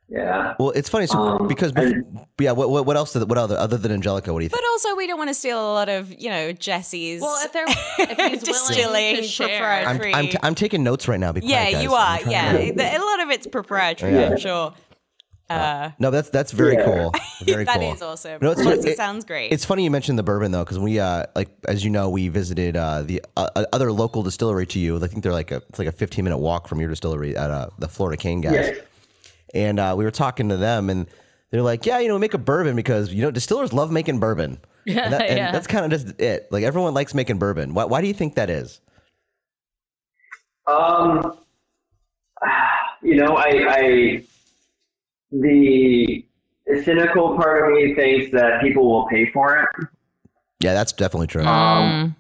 D: yeah.
A: Well, it's funny so,
D: Um,
A: because
D: and-
A: yeah, what what, what else? Did, what other other than Angelica? What do you think?
C: But also, we don't want to steal a lot of you know Jesse's.
B: Well, if they're if he's willing
C: Distilling
B: to share,
C: propriety.
A: I'm, I'm, t- I'm taking notes right now. Be quiet,
C: yeah,
A: guys. I'm
C: you are.
A: trying
C: Yeah,
A: to-
C: The- a lot of it's proprietary, I'm sure. Uh,
A: No, that's that's very
D: Yeah.
A: cool. Very
C: that
A: cool.
C: is awesome.
A: No, it's
C: Honestly,
A: funny- it-
C: sounds great.
A: It's funny you mentioned the bourbon though, because we uh like as you know we visited uh the uh, uh, other local distillery to you. I think they're like a it's like a 15 minute walk from your distillery at uh the Florida Cane guys,
D: Yeah.
A: and uh, we were talking to them and. They're like, yeah, you know, we make a bourbon because you know distillers love making bourbon. Yeah, and, that- and
B: yeah.
A: that's kind of just it. Like everyone likes making bourbon. Why, why do you think that is?
D: Um, you know, I, I, the cynical part of me thinks that people will pay for it.
A: Yeah, that's definitely true.
D: Um,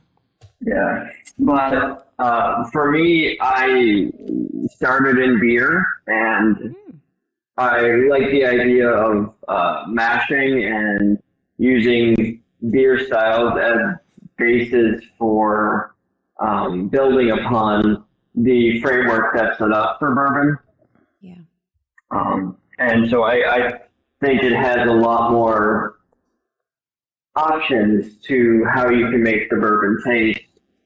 D: yeah, but uh, for me, I started in beer, and I like the idea of uh, mashing and using beer styles as bases for um, building upon the framework that's set up for bourbon.
C: Yeah.
D: Um, and so I, I think it has a lot more options to how you can make the bourbon taste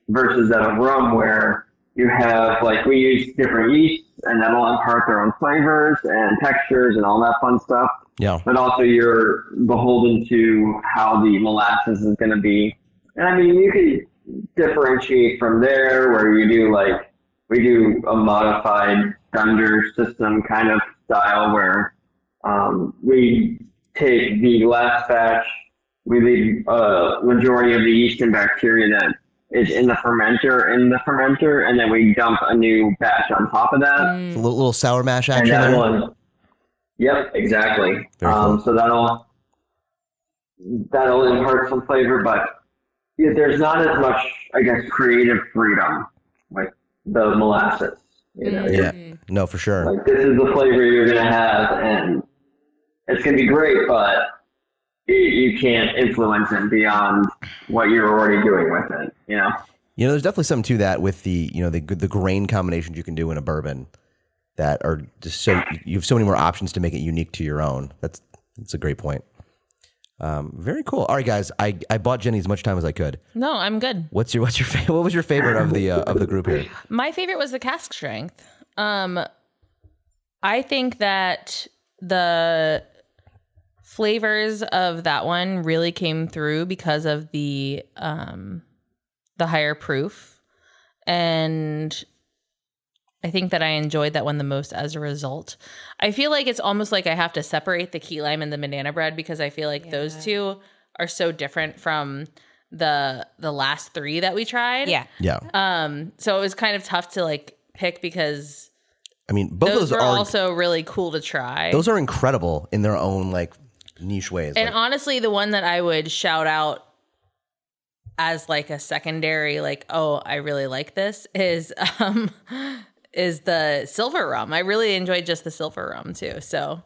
D: versus that of rum where you have like we use different yeasts and that'll impart their own flavors and textures and all that fun stuff.
A: yeah,
D: But also you're beholden to how the molasses is gonna be. And I mean you could differentiate from there where you do like we do a modified thunder system kind of style where um, we take the last batch, we leave a majority of the yeast and bacteria that is in the fermenter in the fermenter, and then we dump a new batch on top of that.
A: a little, little sour mash
D: and
A: action.
D: that
A: there.
D: one, yep, exactly.
A: Very
D: Um, So that'll that'll impart some flavor, but yeah, there's not as much, I guess, creative freedom with the molasses. You know,
A: Yeah, no, for sure.
D: like this is the flavor you're gonna have, and it's gonna be great, but you, you can't influence it beyond what you're already doing with it. You know?
A: You know, there's definitely something to that with the you know the the grain combinations you can do in a bourbon that are just so you have so many more options to make it unique to your own. That's that's a great point. Um, very cool. All right, guys, I, I bought Jenny as much time as I could.
B: No, I'm good.
A: What's your what's your fa- what was your favorite of the uh, of the group here?
B: My favorite was the cask strength. Um, I think that the flavors of that one really came through because of the um, the higher proof, and I think that I enjoyed that one the most as a result. I feel like it's almost like I have to separate the key lime and the banana bread because I feel like those two are so different from the the last three that we tried.
C: Yeah.
A: Yeah.
B: Um so it was kind of tough to like pick because
A: I mean, both
B: those,
A: of those
B: were
A: are
B: also really cool to try.
A: those are incredible in their own like niche ways.
B: and
A: Like,
B: honestly the one that I would shout out as like a secondary like oh I really like this is um is the silver rum. I really enjoyed just the silver rum too. So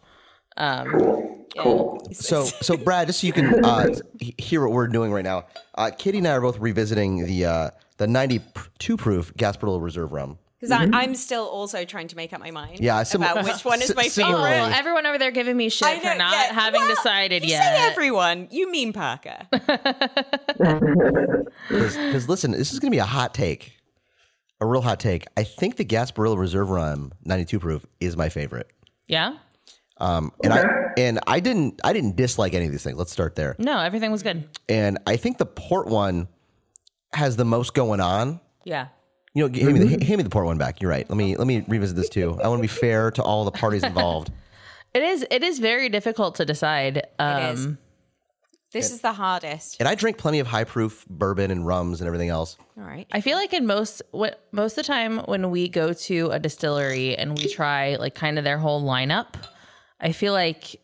D: Cool.
A: so, so Brad, just so you can uh, he- hear what we're doing right now, uh, Kitty and I are both revisiting the uh, the ninety two proof Gasparilla Reserve rum.
C: Because I'm still also trying to make up my mind
A: Mm-hmm. Yeah, sim-
C: about which one is
A: si-
C: my
A: similarly.
C: favorite.
B: Well, everyone over there giving me shit
C: Oh, I
B: for
C: know,
B: not
C: yeah.
B: having
C: Well,
B: decided
C: you
B: yet.
C: say everyone. You mean Parker.
A: Because listen, this is going to be a hot take, a real hot take. I think the Gasparilla Reserve rum ninety two proof is my favorite.
B: yeah.
A: Um, and I and I didn't I didn't dislike any of these things. Let's start there.
B: No, everything was good.
A: And I think the port one has the most going on.
B: Yeah.
A: You know, g- hand me,
B: Mm-hmm.
A: the, hand me the port one back. You're right. Let me let me revisit this too. I want to be fair to all the parties involved.
B: It is it is very difficult to decide. Um
C: is. This is the hardest.
A: And I drink plenty of high proof bourbon and rums and everything else.
C: All right.
B: I feel like in most what most of the time when we go to a distillery and we try like kind of their whole lineup, I feel like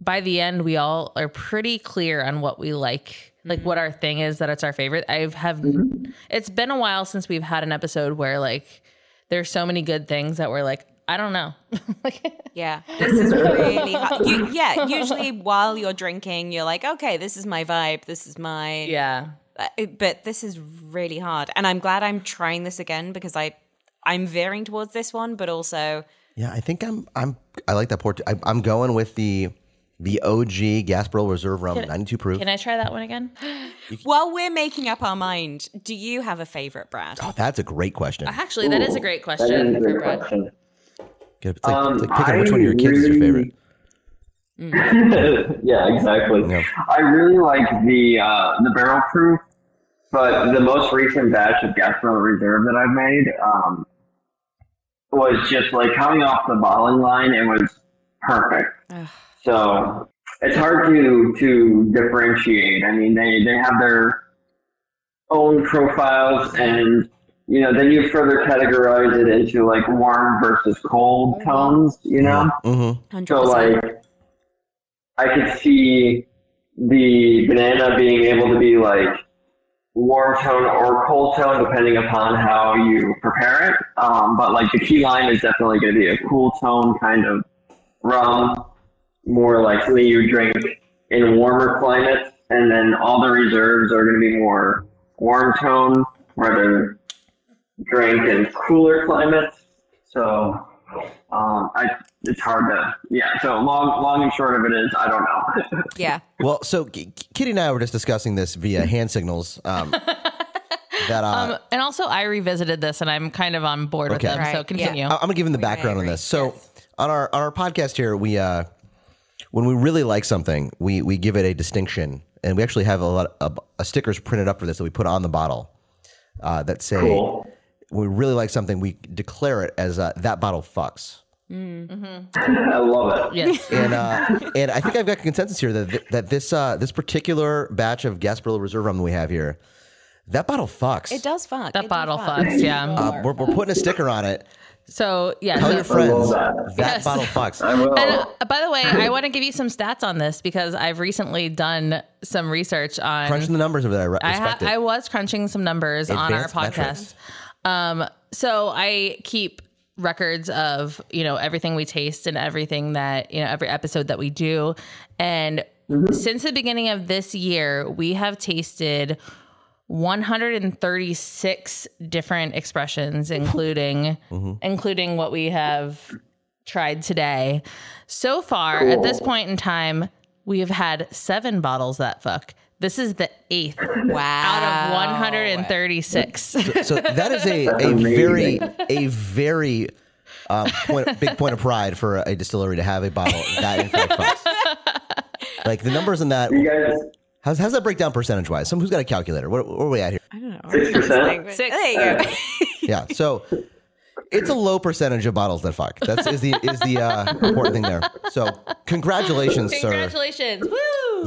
B: by the end we all are pretty clear on what we like, like what our thing is that it's our favorite. I've have
D: Mm-hmm.
B: it's been a while since we've had an episode where like there's so many good things that we're like, I don't know. like
C: Yeah. This is really hard. You, yeah. Usually while you're drinking, you're like, okay, this is my vibe. This is my.
B: yeah.
C: Uh, But this is really hard. And I'm glad I'm trying this again because I, I'm veering towards this one, but also
A: Yeah, I think I'm I'm I like that port. Too. I, I'm going with the the OG Gasparilla Reserve rum, 92 proof.
B: Can I try that one again?
C: while we're making up our mind, do you have a favorite, Brad?
A: Oh, that's a great question.
B: Actually, that is a great
D: That is
B: question
D: a
B: for
D: great
B: Brad.
D: question.
A: Good. It's like, it's
D: Um,
A: like picking which one of your
D: I
A: kids is your favorite.
D: yeah, exactly.
A: Yeah.
D: I really like the uh, the barrel proof, but the most recent batch of Gasparo Reserve that I've made um, was just like coming off the bottling line. It was perfect.
C: Ugh.
D: So it's hard to to differentiate. I mean, they they have their own profiles and. You know, then you further categorize it into like warm versus cold tones. You know,
A: Mm-hmm.
C: 100%.
D: so like, I could see the banana being able to be like warm tone or cold tone depending upon how you prepare it. Um, but like the key lime is definitely going to be a cool tone kind of rum, more like something you drink in warmer climates, and then all the reserves are going to be more warm tone, where they're drank in cooler climates. So um, I, it's hard to yeah. So long, long and short of it is I don't know.
C: yeah.
A: Well, so K- K- Kitty and I were just discussing this via hand signals. Um, that uh,
B: Um, and also, I revisited this, and I'm kind of on board with
A: Okay.
B: them. So
C: Right, yeah.
B: continue.
A: I-
D: Uh,
A: I'm gonna give him the background on
C: agree.
A: this. So on our on our podcast here, we uh, when we really like something, we we give it a distinction, and we actually have a lot of a stickers printed up for this that we put on the bottle uh, that say
D: Cool.
A: when we really like something, we declare it as uh, that bottle fucks.
D: I love it.
B: Yes.
A: And uh, and I think I've got consensus here that th- that this uh, this particular batch of Gasparilla Reserve rum that we have here, that bottle fucks.
C: It does fuck.
B: That
C: It does
B: bottle
C: fuck.
B: fucks. Yeah.
A: Uh, we're, we're putting a sticker on it.
B: so yeah.
A: Tell
B: so-
A: your friends that,
B: Yes.
A: bottle fucks.
D: I will.
B: And, uh, by the way, I want to give you some stats on this because I've recently done some research on.
A: Crunching the numbers over there. I re-
B: I, ha-
A: respect it.
B: I was crunching some numbers on our
A: Advanced metrics.
B: podcast. Um, so I keep records of you know everything we taste and everything that you know every episode that we do, and since the beginning of this year, we have tasted 136 different expressions, including including what we have tried today. So far, at this point in time, we have had seven bottles that fuck. This is the eighth
C: Wow.
B: out of 136.
A: So that is a, a very a very um, point, big point of pride for a distillery to have a bottle that in fact fucks. Like the numbers in that.
D: You guys,
A: How's, how's that break down percentage wise? Some who's got a calculator? What, what are we at here?
C: I don't know.
D: Six percent.
C: There you go.
A: Yeah. So it's a low percentage of bottles that fuck. That's is the is the uh, important thing there. So congratulations, sir.
B: Congratulations. Woo!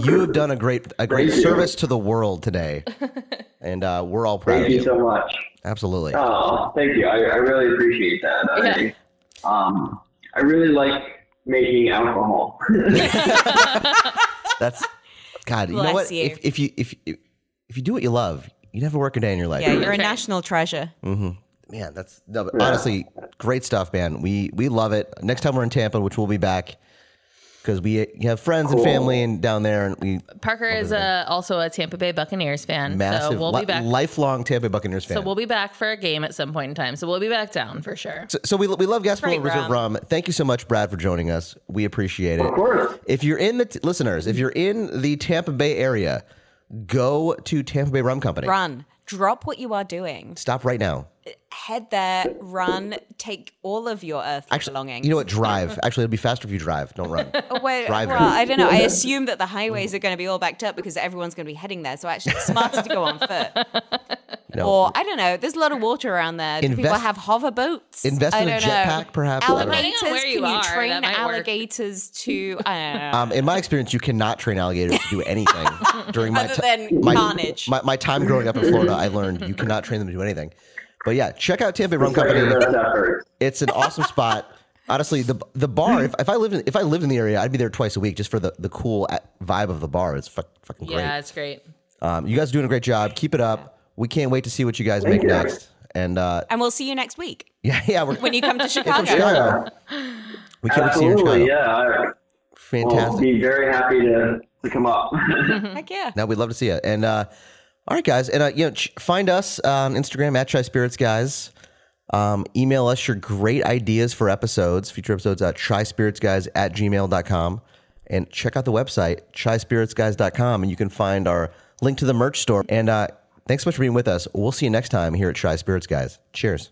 A: You have done a great a great
D: Thank you.
A: service to the world today, and uh, we're all proud
D: Thank
A: of
D: you
A: you.
D: so much.
A: Absolutely.
D: Oh, thank you. I, I really appreciate that.
B: Yeah.
D: I, um, I really like making alcohol.
A: That's God. You know
C: Bless
A: what?
C: you.
A: If, if you if if if you do what you love, you never work a day in your life.
C: Yeah, you're a
B: Okay.
C: national treasure.
A: Mm. man, that's no, but honestly great stuff, man. We we love it. Next time we're in Tampa, which we'll be back because we have friends and family and down there, and we
B: Parker is uh, also a Tampa Bay Buccaneers fan,
A: massive
B: so we'll
A: li-
B: be back.
A: lifelong Tampa Buccaneers fan.
B: so we'll be back for a game at some point in time. So we'll be back down for sure.
A: So, so we, we love Gaspar
C: Great
A: Reserve Rum. Thank you so much, Brad, for joining us. We appreciate it. Of
D: course.
A: If you're in the t- listeners, if you're in the Tampa Bay area, go to Tampa Bay Rum Company.
C: Run. Drop what you are doing.
A: Stop right now.
C: Head there, run, take all of your earthly belongings.
A: You know what? Drive. Actually, it'll be faster if you drive. Don't run.
C: Oh, wait,
A: Driving.
C: well, I don't know. I assume that the highways are going to be all backed up because everyone's going to be heading there. So actually, it's smarter to go on foot.
A: No.
C: Or I don't know. There's a lot of water around there. Do people
A: Invest-
C: have hover boats?
A: Invest
C: I
A: in a
C: don't know.
A: jetpack, perhaps? I don't know.
C: Alligators?
B: Depending on where you
C: Can you
B: are, that
C: train
B: might work.
C: alligators to? I don't know.
A: Um, in my experience, you cannot train alligators to do anything during my
C: Other
A: ti-
C: than
A: my,
C: carnage.
A: My, my time growing up in Florida, I learned you cannot train them to do anything. But yeah, check out Tampa Bay Rum
D: Despite your
A: Company.
D: best efforts.
A: It's an awesome spot. Honestly, the the bar. If, if I lived in if I lived in the area, I'd be there twice a week just for the, the cool a- vibe of the bar. It's fuck, fucking great.
B: Yeah, it's great.
A: Um, you guys are doing a great job. Keep it up. We can't wait to see what you guys make
D: you.
A: next. And uh,
C: and we'll see you next week
A: yeah, yeah, we're
C: when you come to
A: from
C: Chicago.
A: Chicago. We can't wait to see you in Chicago.
D: Absolutely, yeah. I- I'll
A: Fantastic.
D: be very happy to, to come up.
C: Heck yeah.
A: Now we'd love to see you. And uh, all right, guys, and uh, you know, ch- find us uh, on Instagram at Shy Spirits Guys. Um, email us your great ideas for episodes, future episodes at shyspiritsguys at gmail.com. And check out the website, shyspiritsguys.com, and you can find our link to the merch store. And uh, thanks so much for being with us. We'll see you next time here at Shy Spirits Guys. Cheers.